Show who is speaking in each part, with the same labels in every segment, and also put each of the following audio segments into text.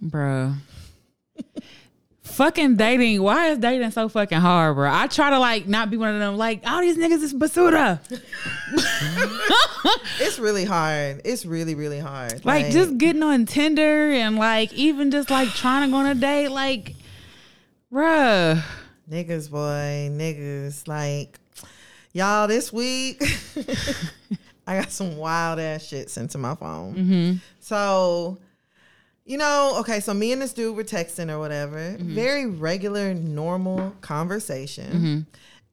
Speaker 1: bro. fucking dating. Why is dating so fucking hard, bro? I try to like not be one of them. Like all these niggas is basura.
Speaker 2: It's really hard. It's really, really hard.
Speaker 1: Like just getting on Tinder and like even just like trying to go on a date. Like, bruh.
Speaker 2: niggas, boy, niggas. Like y'all, this week I got some wild ass shit sent to my phone.
Speaker 1: Mm-hmm.
Speaker 2: So, you know, okay, so me and this dude were texting or whatever.
Speaker 1: Mm-hmm.
Speaker 2: Very regular, normal conversation.
Speaker 1: Mm-hmm.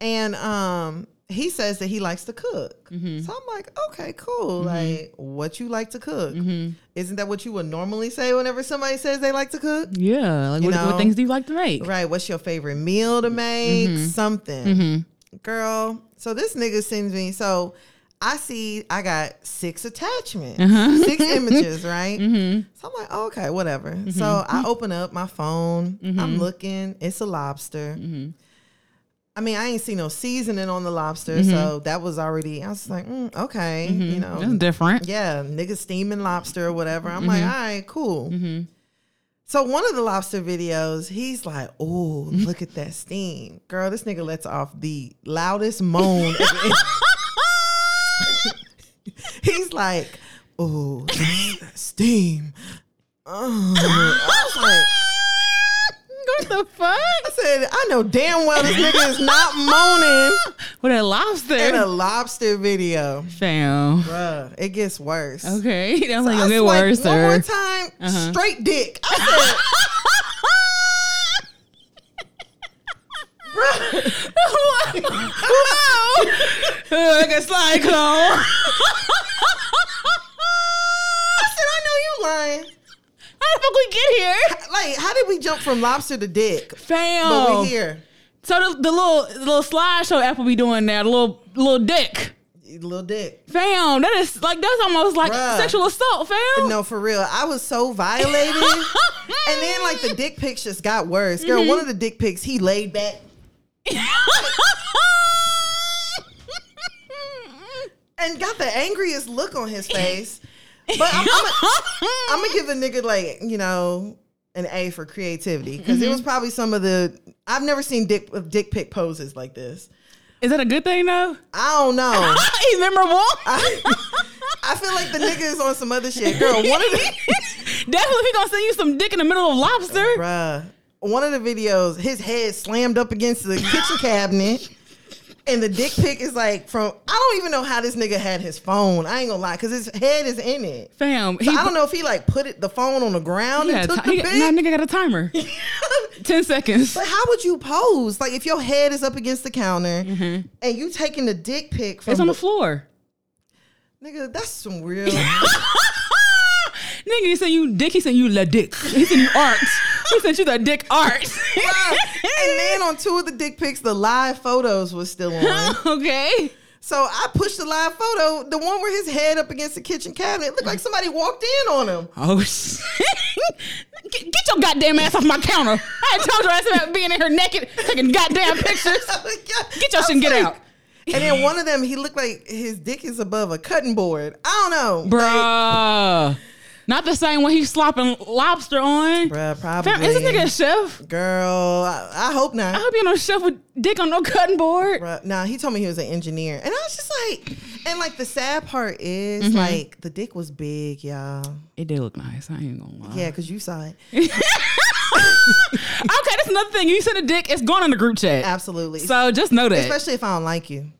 Speaker 2: And um he says that he likes to cook.
Speaker 1: Mm-hmm.
Speaker 2: So I'm like, okay, cool. Like, what you like to cook?
Speaker 1: Mm-hmm.
Speaker 2: Isn't that what you would normally say whenever somebody says they like to cook?
Speaker 1: Yeah. Like what, what
Speaker 2: know?
Speaker 1: things do you like to make?
Speaker 2: Right. What's your favorite meal to make? Something. Girl. So this nigga sends me. So I see I got six attachments, six images, right? So I'm like, okay, whatever. So I open up my phone. I'm looking. It's a lobster. I mean, I ain't see no seasoning on the lobster. So that was already, I was like, mm, okay, you know.
Speaker 1: That's different.
Speaker 2: Yeah, niggas steaming lobster or whatever. I'm
Speaker 1: Mm-hmm.
Speaker 2: like, all right, cool. So one of the lobster videos, he's like, "Oh, look at that steam, girl! This nigga lets off the loudest moan." ever." he's like, "Oh, steam." Oh. I was like,
Speaker 1: what the fuck?
Speaker 2: I said, "I know damn well this nigga is not moaning
Speaker 1: What a lobster.
Speaker 2: in a lobster video."
Speaker 1: Fam.
Speaker 2: Bruh, it gets worse.
Speaker 1: Okay. That's like
Speaker 2: I
Speaker 1: a good
Speaker 2: swiped
Speaker 1: word,
Speaker 2: One more
Speaker 1: sir. Uh-huh.
Speaker 2: time, straight dick. I said,
Speaker 1: like a slide clone.
Speaker 2: I said, I know you lying.
Speaker 1: How the fuck we get here?
Speaker 2: Like, how did we jump from lobster to dick?
Speaker 1: Fam.
Speaker 2: But we're here.
Speaker 1: So the, the little the little slideshow Apple be doing now, the little little dick.
Speaker 2: Little dick.
Speaker 1: Fam, that is like that's almost like
Speaker 2: Bruh.
Speaker 1: sexual assault, fam.
Speaker 2: No, for real. I was so violated. and then, like, the dick pics just got worse. Girl, one of the dick pics, he laid back. And got the angriest look on his face. But I'm, I'm gonna give the nigga like you know an A for creativity because it was probably some of the I've never seen dick dick pic poses like this.
Speaker 1: is that a good thing though?
Speaker 2: I don't know.
Speaker 1: He's memorable.
Speaker 2: I feel like the nigga is on some other shit, girl. One of the
Speaker 1: Definitely, he gonna send you some dick in the middle of lobster.
Speaker 2: bruh, one of the videos, his head slammed up against the kitchen cabinet. And the dick pic is like from I don't even know how this nigga had his phone. I ain't gonna lie, cause his head is in it.
Speaker 1: Fam, he,
Speaker 2: So I don't know if he like put it the phone on the ground
Speaker 1: he
Speaker 2: and
Speaker 1: got a
Speaker 2: took
Speaker 1: ti-
Speaker 2: the
Speaker 1: he got- nah,
Speaker 2: pic.
Speaker 1: nigga got a timer. Ten seconds.
Speaker 2: but how would you pose? Like if your head is up against the counter and you taking the dick pic
Speaker 1: Mm-hmm.
Speaker 2: from
Speaker 1: It's on the floor.
Speaker 2: nigga, that's some real
Speaker 1: Nigga, he sent you dick. He sent you la dick. He sent you art. he sent you the dick art.
Speaker 2: and then on two of the dick pics, the live photos was still on.
Speaker 1: okay.
Speaker 2: So I pushed the live photo, the one where his head up against the kitchen cabinet. It looked like somebody walked in on him.
Speaker 1: Oh shit! Get, get your goddamn ass off my counter! I had told your ass about being in here naked, taking goddamn pictures. Get your shit and get out,
Speaker 2: And then one of them, he looked like his dick is above a cutting board. I don't know.
Speaker 1: bruh. Not the same one he's slopping lobster on.
Speaker 2: Bruh, probably.
Speaker 1: Fam, is this nigga a Uh-huh. chef?
Speaker 2: Girl, I, I hope not.
Speaker 1: I hope you ain't no chef with dick on no cutting board.
Speaker 2: Bruh, Nah, he told me he was an engineer. And I was just like, and like the sad part is,
Speaker 1: Mm-hmm.
Speaker 2: like, the dick was big, y'all.
Speaker 1: It did look nice. I ain't gonna lie.
Speaker 2: Yeah, because you saw it.
Speaker 1: Okay, that's another thing. You send a dick, it's going in the group chat.
Speaker 2: Absolutely.
Speaker 1: So just know that.
Speaker 2: Especially if I don't like you.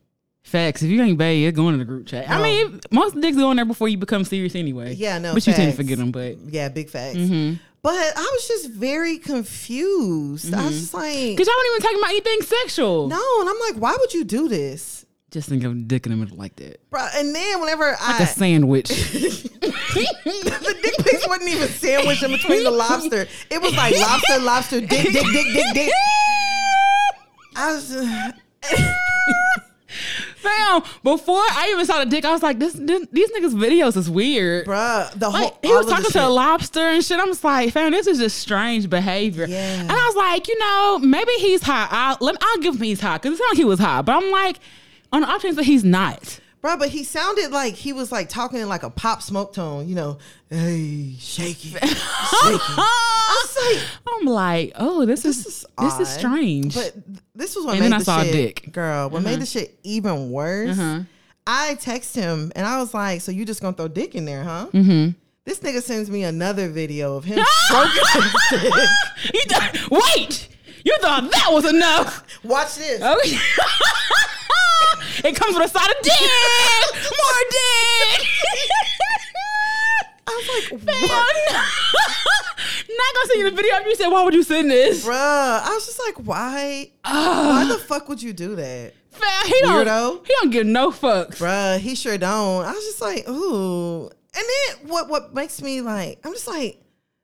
Speaker 1: Facts. If you ain't bae, it's going in the group chat. I
Speaker 2: No.
Speaker 1: mean, most dicks go in there before you become serious anyway.
Speaker 2: Yeah, no,
Speaker 1: But you tend to
Speaker 2: facts.
Speaker 1: forget them. But
Speaker 2: Yeah, big facts.
Speaker 1: Mm-hmm.
Speaker 2: But I was just very confused. I was just like,
Speaker 1: Mm-hmm. Cause y'all weren't even talking about anything sexual.
Speaker 2: no, and I'm like, why would you do this,
Speaker 1: Just think of dick in the middle like that.
Speaker 2: bro? And then whenever
Speaker 1: Like a
Speaker 2: I,
Speaker 1: sandwich.
Speaker 2: the dick pics wasn't even sandwiched in between the lobster. It was like lobster, lobster, dick, dick, dick, dick, dick. I was,
Speaker 1: Fam, before I even saw the dick, I was like, this, this these niggas videos is weird.
Speaker 2: bro, the whole
Speaker 1: Like, he was
Speaker 2: all of
Speaker 1: talking
Speaker 2: the
Speaker 1: to a
Speaker 2: shit.
Speaker 1: lobster and shit. I'm just like, fam, this is just strange behavior.
Speaker 2: Yeah.
Speaker 1: And I was like, you know, maybe he's hot. I'll, let, I'll give him he's hot because it sounded like he was hot. But I'm like, on the off chance that he's not.
Speaker 2: Bruh, but he sounded like he was like talking in like a pop smoke tone, you know, hey, shake it, shake it.
Speaker 1: I'm like, oh, this,
Speaker 2: This
Speaker 1: is,
Speaker 2: is
Speaker 1: this is
Speaker 2: odd,
Speaker 1: strange.
Speaker 2: But th- this was what
Speaker 1: And
Speaker 2: made
Speaker 1: then I
Speaker 2: the
Speaker 1: saw a
Speaker 2: shit,
Speaker 1: dick.
Speaker 2: girl. What made the shit even worse?
Speaker 1: Uh-huh.
Speaker 2: I text him and I was like, "So you just gonna throw dick in there, huh?"
Speaker 1: Mhm.
Speaker 2: This nigga sends me another video of him stroking his dick.
Speaker 1: You thought- wait, you thought that was enough?
Speaker 2: Watch this.
Speaker 1: Oh, it comes with a side of dick, more dick.
Speaker 2: I was like,
Speaker 1: Damn,
Speaker 2: "What?"
Speaker 1: not gonna send you the video. after You said, why would you send this? Ah.
Speaker 2: Bruh, I was just like, why? Why the fuck would you do that?
Speaker 1: Fam, he don't.
Speaker 2: Weirdo.
Speaker 1: He don't give no fucks.
Speaker 2: Bruh, he sure don't. I was just like, ooh. And then what what makes me like, I'm just like,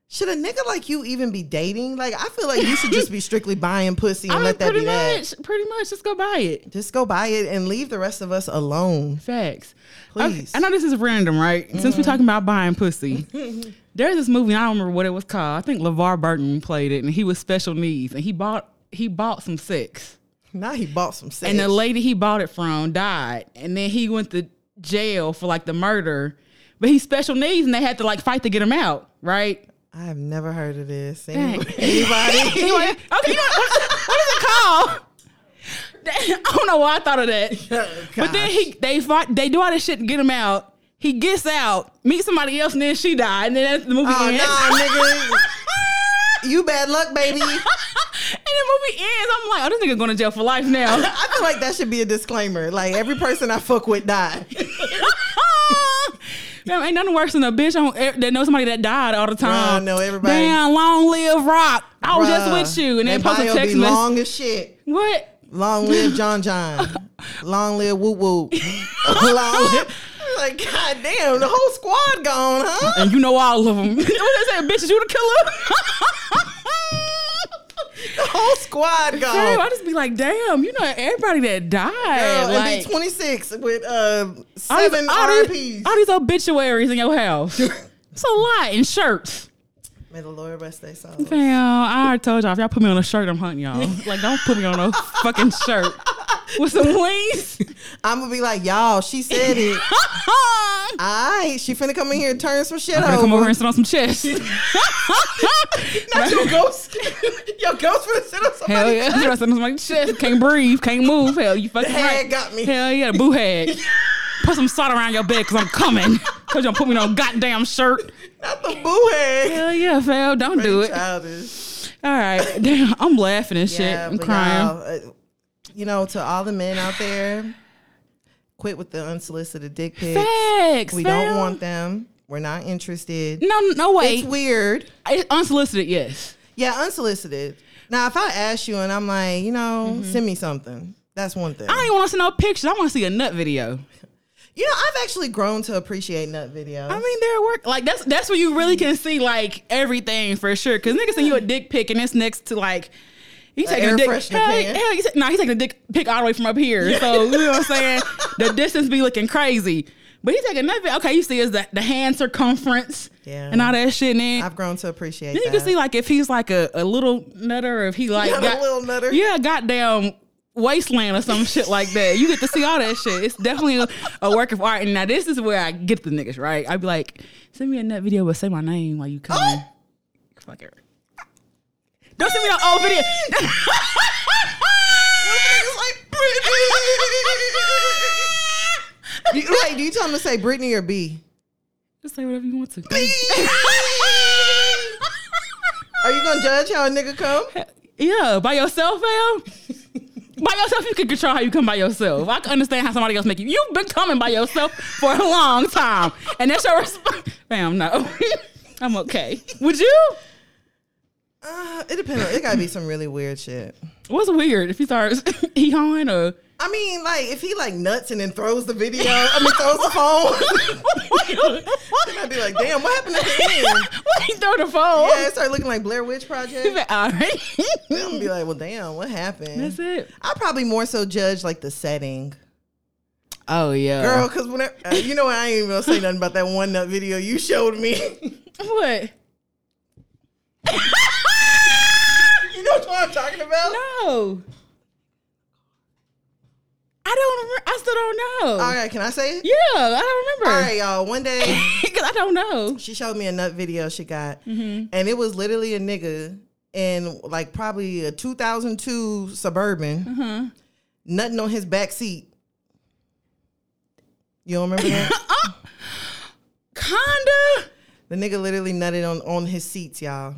Speaker 2: should a nigga like you even be dating? Like, I feel like you should just be strictly buying pussy and
Speaker 1: I mean,
Speaker 2: let that
Speaker 1: pretty
Speaker 2: be that.
Speaker 1: much, pretty much, just go buy it.
Speaker 2: Just go buy it and leave the rest of us alone.
Speaker 1: Facts.
Speaker 2: Please. Mm-hmm.
Speaker 1: I, I know this is random, right? Since we're talking about buying pussy, there's this movie. I don't remember what it was called. I think LeVar Burton played it, and he was special needs, and he bought he bought some sex,
Speaker 2: Now he bought some sex.
Speaker 1: and the lady he bought it from died, and then he went to jail for like the murder, but he's special needs, and they had to like fight to get him out, right?
Speaker 2: I have never heard of this.
Speaker 1: Dang.
Speaker 2: Anybody?
Speaker 1: Anyway, okay, you know, what, what is it called? I don't know why I thought of that. But then he they fight they do all this shit to get him out. He gets out, meets somebody else, and then she died, and then that's the movie
Speaker 2: Oh
Speaker 1: ends.
Speaker 2: nah, nigga. You bad luck,
Speaker 1: and
Speaker 2: baby.
Speaker 1: the movie ends. I'm like, oh, this nigga going to jail for life now.
Speaker 2: I feel like that should be a disclaimer. Like every person I fuck with died.
Speaker 1: Man, ain't nothing worse than a bitch on, e, that knows somebody that died all the time.
Speaker 2: Bruh, no, everybody-
Speaker 1: Damn, long live Rock. I was
Speaker 2: Bruh,
Speaker 1: just with you, and then
Speaker 2: that
Speaker 1: post a
Speaker 2: bio
Speaker 1: text
Speaker 2: be
Speaker 1: message.
Speaker 2: long as shit.
Speaker 1: What?
Speaker 2: Long live John John. long live Woo Woo. long live. Like God damn, the whole squad gone, huh?
Speaker 1: And you know all of them. what they say, bitches, you the killer?
Speaker 2: The whole squad
Speaker 1: Damn, I
Speaker 2: gone.
Speaker 1: just be like, damn, you know everybody that died.
Speaker 2: Girl,
Speaker 1: like,
Speaker 2: and be 26 with uh,
Speaker 1: all these-
Speaker 2: seven
Speaker 1: all these,
Speaker 2: RIPs.
Speaker 1: all these obituaries in your house. it's a lot in shirts.
Speaker 2: May the Lord rest their souls.
Speaker 1: Damn, I already told y'all, if y'all put me on a shirt, I'm hunting y'all. like, don't put me on a fucking shirt with some wings.
Speaker 2: I'm gonna be like, y'all, she said it.
Speaker 1: I'm
Speaker 2: Alright, she finna come in here and turn some shit
Speaker 1: gonna
Speaker 2: over.
Speaker 1: come over and sit on some chest.
Speaker 2: Not your ghost. your ghost finna sit on
Speaker 1: Hell
Speaker 2: somebody.
Speaker 1: yeah. I'm gonna sit on somebody's chest. Can't breathe, can't move. Hell, you fucking
Speaker 2: Head
Speaker 1: right.
Speaker 2: got me.
Speaker 1: Hell yeah, the boo head. Put some salt around your bed because I'm coming. Because you don't put me on a goddamn shirt.
Speaker 2: Not the boo head.
Speaker 1: Hell yeah, fell. Don't do it.
Speaker 2: Childish.
Speaker 1: All right. Damn, I'm laughing and shit. I'm
Speaker 2: but
Speaker 1: crying.
Speaker 2: y'all, uh, you know, to all the men out there, quit with the unsolicited dick pics.
Speaker 1: Facts.
Speaker 2: We
Speaker 1: fam.
Speaker 2: don't want them. We're not interested.
Speaker 1: No, no way.
Speaker 2: It's
Speaker 1: It's,
Speaker 2: weird.
Speaker 1: unsolicited, yes.
Speaker 2: Yeah, unsolicited. Now, if I ask you and I'm like, you know, send me something. That's one thing.
Speaker 1: Mm-hmm. I don't even want to see no pictures. I want to see a nut video.
Speaker 2: you know, I've actually grown to appreciate nut videos.
Speaker 1: I mean, they're work. Like that's that's where you really can see like everything for sure. Because niggas send you a dick pic and it's next to like. He's
Speaker 2: A
Speaker 1: taking a
Speaker 2: air
Speaker 1: dick.
Speaker 2: freshener
Speaker 1: Hell,
Speaker 2: can.
Speaker 1: hell, he's, no, he's taking a dick pic all the way from up here. So you know what I'm saying. The distance be looking crazy, but he's taking that. vi- Okay, you see is the, the hand circumference
Speaker 2: Yeah.
Speaker 1: and all that shit. And then
Speaker 2: I've grown to appreciate
Speaker 1: Then you
Speaker 2: that.
Speaker 1: can see like if he's like a, a little nutter, or if he like
Speaker 2: Not a little nutter.
Speaker 1: yeah, goddamn wasteland or some shit like that. You get to see all that shit. It's definitely a, a work of art. And now this is where I get the niggas right. I'd be like, send me a nut video, but say my name while you come. in. Fuck it. Don't send me no old video.
Speaker 2: Do you- like, do you tell them to say Brittany or B?
Speaker 1: Just say whatever you want to.
Speaker 2: Are you gonna judge how a nigga come?
Speaker 1: Yeah, by yourself, fam. by yourself, you can control how you come by yourself. I can understand how somebody else make you. You've been coming by yourself for a long time, and that's your response. Fam, no, I'm okay. Would you?
Speaker 2: Uh, it depends. It gotta be some really weird shit.
Speaker 1: What's weird if he starts he hawing or
Speaker 2: I mean, like if he like nuts and then throws the video, I mean throws the phone, then I'd be like, damn, what happened at the end?
Speaker 1: what he throw the phone?
Speaker 2: Yeah, it started looking like Blair Witch Project.
Speaker 1: All right,
Speaker 2: I'm gonna be like, well, damn, what happened?
Speaker 1: that's it.
Speaker 2: I probably more so judge like the setting.
Speaker 1: Oh yeah,
Speaker 2: Girl, because whenever uh, you know, what, I ain't even gonna say nothing about that one nut video you showed me.
Speaker 1: What?
Speaker 2: you know what I'm talking about?
Speaker 1: No, I don't. remem- I still don't know.
Speaker 2: All right, can I say it?
Speaker 1: Yeah, I don't
Speaker 2: Oh, All
Speaker 1: remember.
Speaker 2: right, y'all. One day
Speaker 1: Because I don't know. Mm-hmm.
Speaker 2: she showed me a nut video she got, and it was literally a nigga in like probably a 2002 Suburban,
Speaker 1: Mm-hmm.
Speaker 2: nothing on his back seat. You don't remember that?
Speaker 1: Kinda.
Speaker 2: the nigga literally nutted on, on his seats, y'all.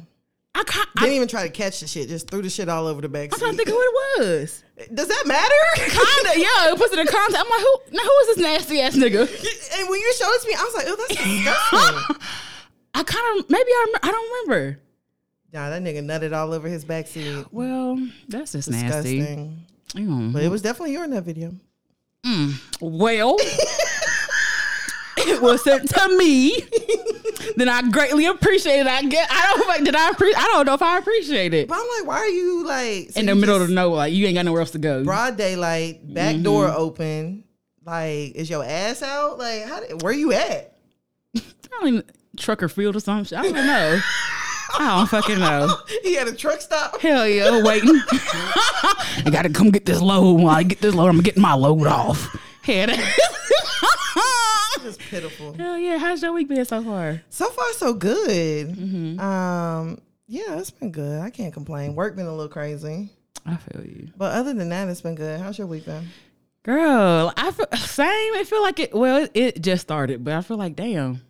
Speaker 1: I can't.
Speaker 2: Didn't even try to catch the shit, just threw the shit all over the back
Speaker 1: I'm trying to
Speaker 2: seat.
Speaker 1: think of what it was.
Speaker 2: Does that matter?
Speaker 1: Kinda, yeah. It puts it in context. I'm like, who? Now who is this nasty ass nigga?
Speaker 2: and when you showed it to me, I was like, oh, that's disgusting.
Speaker 1: I kind of maybe I remember, I don't remember.
Speaker 2: nah, that nigga nutted all over his back seat.
Speaker 1: Well, that's just nasty.
Speaker 2: Disgusting.
Speaker 1: Mm.
Speaker 2: But it was definitely you in that video.
Speaker 1: Well, it was sent to me. then I greatly appreciate it. I get. I don't like. Did I appreciate? I don't know if I appreciate it.
Speaker 2: But I'm like, why are you like so
Speaker 1: In the
Speaker 2: you
Speaker 1: middle
Speaker 2: just-
Speaker 1: of nowhere, like you ain't got nowhere else to go.
Speaker 2: broad daylight, back door open? Like, is your ass out? Like, how did, where you at?
Speaker 1: I don't even trucker field or some shit. I don't know. I don't fucking know.
Speaker 2: he had a truck stop.
Speaker 1: Hell yeah, waiting. I gotta come get this load. When I get this load, I'm getting my load off. Hell
Speaker 2: It's pitiful.
Speaker 1: Hell yeah. How's your week been so far?
Speaker 2: So far, so good. Um, yeah, it's been good. I can't complain. Work been a little crazy,
Speaker 1: I feel you,
Speaker 2: but other than that, it's been good. How's your week been?
Speaker 1: girl. I feel same. It feel like it. Well, it, it just started, but I feel like damn,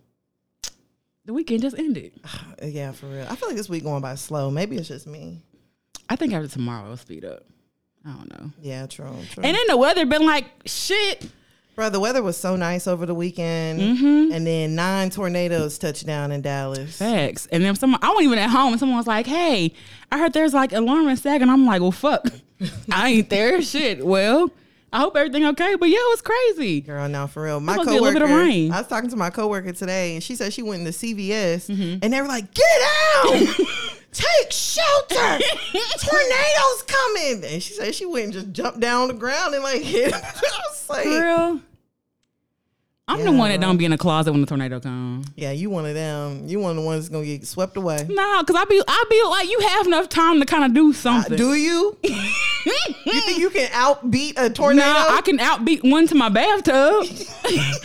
Speaker 1: the weekend just ended.
Speaker 2: Uh, Yeah, for real. I feel like this week going by slow. Maybe it's just me.
Speaker 1: I think after tomorrow, it'll speed up. I don't know.
Speaker 2: Yeah, true. true.
Speaker 1: And then the weather been like shit.
Speaker 2: Bro, the weather was so nice over the weekend,
Speaker 1: Mm-hmm.
Speaker 2: and then nine tornadoes touched down in Dallas.
Speaker 1: Facts. And then someone, I wasn't even at home, and someone was like, "Hey, I heard there's like alarm in Sag," and I'm like, "Well, fuck, I ain't there. Shit. Well, I hope everything okay." But yeah, it was crazy.
Speaker 2: Girl, no, for real. My
Speaker 1: must be a little
Speaker 2: coworker,
Speaker 1: bit of rain.
Speaker 2: I was talking to my coworker today, and she said she went into CVS,
Speaker 1: Mm-hmm.
Speaker 2: and they were like, "Get out, take shelter, tornadoes coming." And she said she went and just jumped down on the ground and like hit. Him. I was like,
Speaker 1: For real. I'm the
Speaker 2: Yeah,
Speaker 1: one that don't be in the closet when the tornado comes.
Speaker 2: "Yeah, you one of them. You one of the ones that's gonna get swept away."
Speaker 1: No, cause I be, I be like, you have enough time to kind of do something.
Speaker 2: Do you? you think you can outbeat a tornado?
Speaker 1: Now I can outbeat one to my bathtub.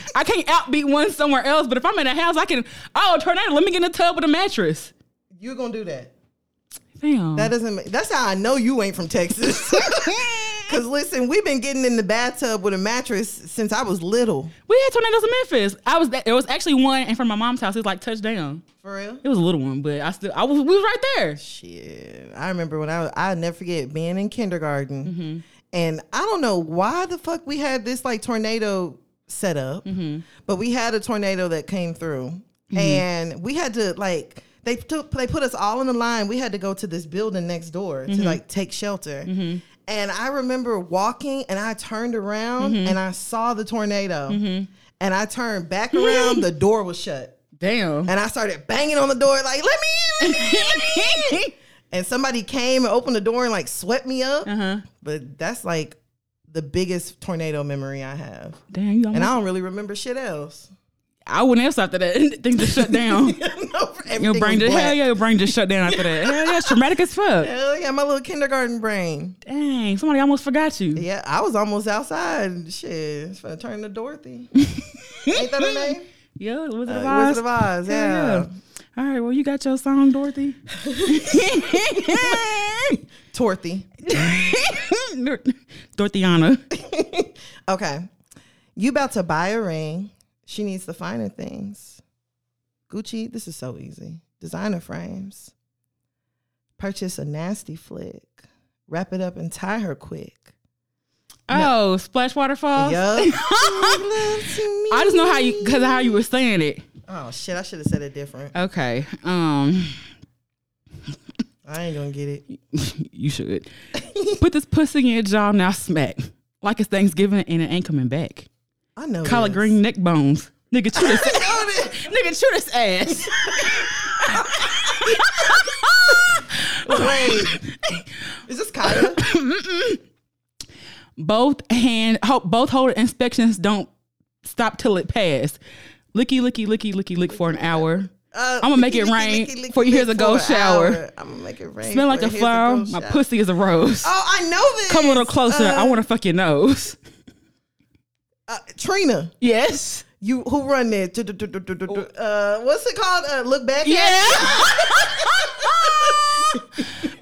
Speaker 1: I can't outbeat one somewhere else. But if I'm in a house, I can. Oh, tornado! Let me get in the tub with a mattress.
Speaker 2: You're gonna do that.
Speaker 1: Damn.
Speaker 2: That doesn't. Make, that's how I know you ain't from Texas. Cause listen, we've been getting in the bathtub with a mattress since I was little.
Speaker 1: We had tornadoes in Memphis. I was there was actually one in front of my mom's house. It was like touchdown.
Speaker 2: For real?
Speaker 1: It was a little one, but I still I was we was right there.
Speaker 2: Shit. I remember when I was, I never forget being in kindergarten, and I don't know why the fuck we had this like tornado set up, but we had a tornado that came through, and we had to like. They took they put us all in a line. We had to go to this building next door to like take shelter. And I remember walking and I turned around and I saw the tornado. And I turned back around, the door was shut.
Speaker 1: Damn.
Speaker 2: And I started banging on the door like, "Let me in, let me in, and somebody came and opened the door and like swept me up.
Speaker 1: uh-huh.
Speaker 2: But that's like the biggest tornado memory I have,
Speaker 1: Damn, you
Speaker 2: and
Speaker 1: almost,
Speaker 2: I don't really remember shit else.
Speaker 1: I, wouldn't answer after that. Things just shut down.
Speaker 2: no, everything
Speaker 1: Your brain
Speaker 2: was
Speaker 1: just hell
Speaker 2: black.
Speaker 1: yeah, your brain just shut down after that. Hell yeah, it's traumatic as fuck.
Speaker 2: Hell yeah, my little kindergarten brain.
Speaker 1: Dang, somebody almost forgot you.
Speaker 2: Yeah, I was almost outside. Shit, it's finna turn to Dorothy. Ain't that her name?
Speaker 1: Yo, the Wizard of
Speaker 2: Uh,
Speaker 1: Oz.
Speaker 2: Wizard of Oz.
Speaker 1: Hell
Speaker 2: Yeah.
Speaker 1: All right, well you got your song, Dorothy.
Speaker 2: Dorothy.
Speaker 1: Dor- Dorothyana.
Speaker 2: Okay, you about to buy a ring? She needs the finer things. Gucci, this is so easy. Designer frames. Purchase a nasty flick. Wrap it up and tie her quick.
Speaker 1: Oh, Splash Waterfall.
Speaker 2: Yup.
Speaker 1: I just know how you because how you were saying it.
Speaker 2: Oh shit! I should have said it different.
Speaker 1: Okay. Um
Speaker 2: I ain't gonna get it.
Speaker 1: you should. Put this pussy in your jaw now smack. Like it's Thanksgiving and it ain't coming back.
Speaker 2: I know.
Speaker 1: Collard
Speaker 2: this.
Speaker 1: green neck bones. Nigga chew this
Speaker 2: Know this.
Speaker 1: nigga chew this ass.
Speaker 2: Wait, is this Kaya?
Speaker 1: Both hand ho- both holder inspections don't stop till it passed. Licky licky licky licky lick for an hour.
Speaker 2: Uh,
Speaker 1: I'ma make it
Speaker 2: licky,
Speaker 1: rain
Speaker 2: licky, licky,
Speaker 1: for years
Speaker 2: lick
Speaker 1: ago
Speaker 2: an
Speaker 1: shower.
Speaker 2: hour. I'ma make it rain.
Speaker 1: Smell like
Speaker 2: for
Speaker 1: a
Speaker 2: years
Speaker 1: flower.
Speaker 2: ago
Speaker 1: My
Speaker 2: shower.
Speaker 1: pussy is a rose.
Speaker 2: Oh, I know this.
Speaker 1: Come a little closer. I want to fuck your nose.
Speaker 2: Uh, Trina,
Speaker 1: Yes.
Speaker 2: you who run there? Du- du- du- du- du- du-
Speaker 1: Oh.
Speaker 2: du- Uh, what's it called? Uh, look back.
Speaker 1: Yeah.
Speaker 2: At?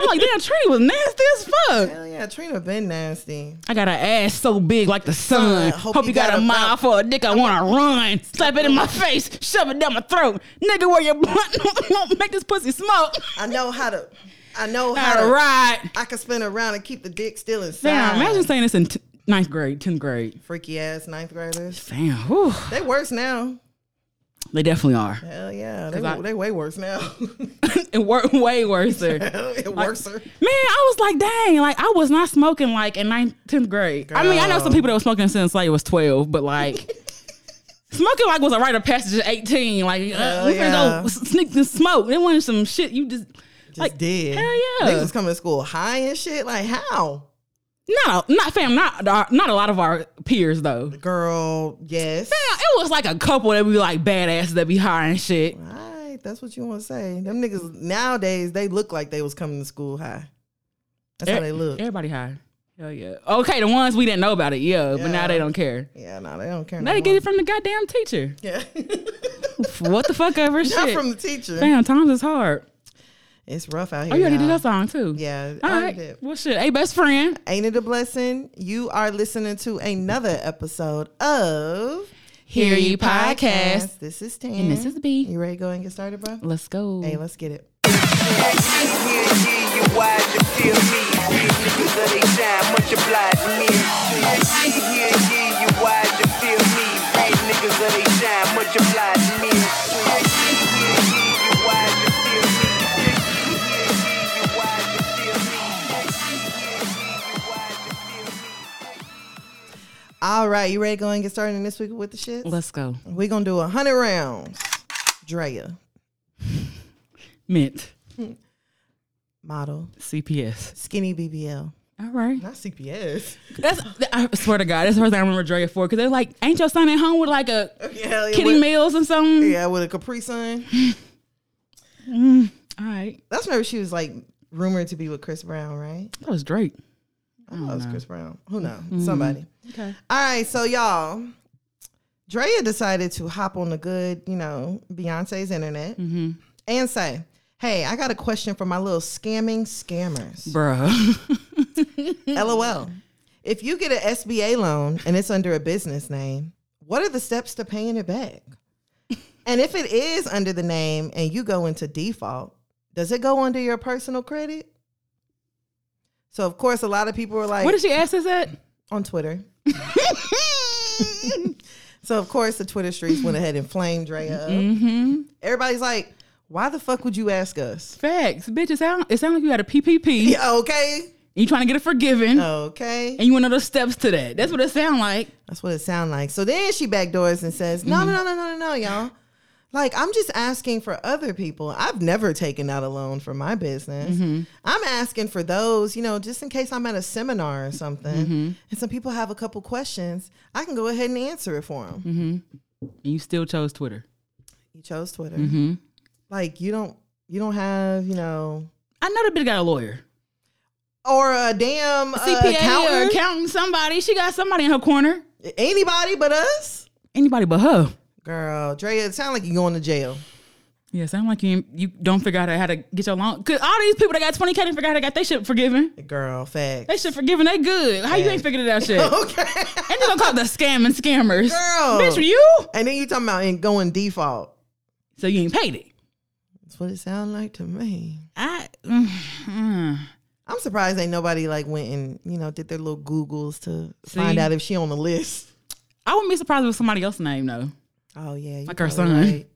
Speaker 1: like, damn, Trina was nasty as fuck.
Speaker 2: Hell yeah, Trina been nasty.
Speaker 1: I got an ass so big like the sun.
Speaker 2: Son,
Speaker 1: hope, you got, a mile for a dick. I want to run. Slap it in my face. Shove it down my throat. Nigga, where your blunt won't make this pussy smoke.
Speaker 2: I know how to. I know how,
Speaker 1: Gotta
Speaker 2: to.
Speaker 1: ride.
Speaker 2: I can spin around and keep the dick still inside.
Speaker 1: Damn, imagine saying this in t- ninth grade, 10th grade.
Speaker 2: freaky ass ninth graders.
Speaker 1: Damn, whew.
Speaker 2: They worse now.
Speaker 1: They definitely are.
Speaker 2: Hell yeah, they,
Speaker 1: 'Cause I-
Speaker 2: they way worse now.
Speaker 1: it worked way worse there. Man,
Speaker 2: it worser.
Speaker 1: I was like, dang, like I was not smoking like in ninth, 10th grade. I mean, I know some
Speaker 2: Girl.
Speaker 1: people that were smoking since like it was 12, but like smoking like was a rite of passage at 18. Like, uh,
Speaker 2: Hell
Speaker 1: we finna
Speaker 2: yeah.
Speaker 1: go s- sneak and smoke. They wanted some shit you just,
Speaker 2: Just
Speaker 1: like,
Speaker 2: did.
Speaker 1: hell yeah.
Speaker 2: Niggas was coming to school high and shit. Like how?
Speaker 1: not, a- not fam, not, our- not a lot of our peers though. Fam,
Speaker 2: Girl, yes.
Speaker 1: It was like a couple that be like badass that be high and shit.
Speaker 2: Right, that's what you want to say. Them niggas nowadays they look like they was coming to school high. That's how
Speaker 1: E-
Speaker 2: they look.
Speaker 1: Everybody high. Hell yeah. Okay, the ones we didn't know about it, yeah, but now
Speaker 2: Yeah.
Speaker 1: they don't care.
Speaker 2: yeah, no, they don't care.
Speaker 1: Now
Speaker 2: No
Speaker 1: they
Speaker 2: more.
Speaker 1: get it from the goddamn teacher.
Speaker 2: yeah,
Speaker 1: what the fuck ever
Speaker 2: not
Speaker 1: shit.
Speaker 2: from the teacher.
Speaker 1: Damn, times is hard.
Speaker 2: It's rough out here.
Speaker 1: Oh, you already
Speaker 2: now.
Speaker 1: did that song too.
Speaker 2: Yeah,
Speaker 1: All
Speaker 2: I already
Speaker 1: right.
Speaker 2: did.
Speaker 1: Well, shit. Hey, best friend.
Speaker 2: Ain't it a blessing? You are listening to another episode of
Speaker 1: Hear You Podcast.
Speaker 2: This is Tan.
Speaker 1: And this is B. Mm-hmm.
Speaker 2: You ready to go and get started, bro?
Speaker 1: Let's go.
Speaker 2: Hey, let's get it. All right, you ready to go and get started in this week with the shit?
Speaker 1: Let's go.
Speaker 2: We're gonna do a hundred rounds. Drea,
Speaker 1: Mint.
Speaker 2: model,
Speaker 1: CPS.
Speaker 2: skinny BBL,
Speaker 1: All right.
Speaker 2: not CPS.
Speaker 1: That's. I swear to God, that's the first thing I remember Drea for. Because they're like, ain't your son at home with like a
Speaker 2: Yeah, yeah,
Speaker 1: Kitty
Speaker 2: with,
Speaker 1: Mills or something?
Speaker 2: yeah, with a Capri Sun.
Speaker 1: All right.
Speaker 2: That's whenever she was like rumored to be with Chris Brown, right?
Speaker 1: That was Drake.
Speaker 2: I thought it was Oh, Chris Brown. Who knows? Somebody.
Speaker 1: Oh, Mm-hmm. Okay.
Speaker 2: All right, so y'all, Drea decided to hop on the good, you know, Beyonce's internet
Speaker 1: Mm-hmm.
Speaker 2: and say, "Hey, I got a question for my little scamming scammers."
Speaker 1: Bruh. mm.
Speaker 2: LOL. If you get an SBA loan and it's under a business name, what are the steps to paying it back? And if it is under the name and you go into default, does it go under your personal credit? So of course, a lot of people were like,
Speaker 1: what did she ask us at?
Speaker 2: on Twitter. so of course the Twitter streets went ahead and flamed Drea up. Everybody's like, why the fuck would you ask us?
Speaker 1: Facts. Bitch, it sound, it sound like you had a PPP.
Speaker 2: Yeah, Uh. okay.
Speaker 1: You trying to get it forgiven.
Speaker 2: Okay.
Speaker 1: And you want to know the steps to that. That's what it sound like.
Speaker 2: That's what it sounds like. So then she backdoors and says, No, no, no, no, no, no, no, y'all. Like, I'm just asking for other people. I've never taken out a loan for my business. I'm asking for those, you know, just in case I'm at a seminar or something and some people have a couple questions, I can go ahead and answer it for them.
Speaker 1: And you still chose Twitter.
Speaker 2: You chose Twitter. Like you don't you don't have you know
Speaker 1: I know the bitch got a lawyer.
Speaker 2: or a damn uh,
Speaker 1: CPA or
Speaker 2: accountant,
Speaker 1: accountant, somebody. She got somebody in her corner.
Speaker 2: anybody but us.
Speaker 1: Anybody but her.
Speaker 2: Girl, Drea, it sound like you going to jail.
Speaker 1: Yeah, sound like you you don't figure out how to get your loan. Cause all these people that got 20K didn't figure out how to get they shit forgiven.
Speaker 2: Girl, fact.
Speaker 1: They shit forgiven, they good. How you
Speaker 2: Yeah.
Speaker 1: ain't figured it out shit? and
Speaker 2: Okay.
Speaker 1: they gonna call the scam and scammers.
Speaker 2: Girl.
Speaker 1: Bitch, you?
Speaker 2: and then you talking about and going default.
Speaker 1: So you ain't paid it.
Speaker 2: That's what it sound like to me.
Speaker 1: I mm, mm.
Speaker 2: I'm surprised ain't nobody like went and you know did their little googles to
Speaker 1: See?
Speaker 2: find out if she on the list.
Speaker 1: I wouldn't be surprised if it was somebody else's name though.
Speaker 2: Oh yeah, you
Speaker 1: Like our
Speaker 2: probably
Speaker 1: son.
Speaker 2: Right.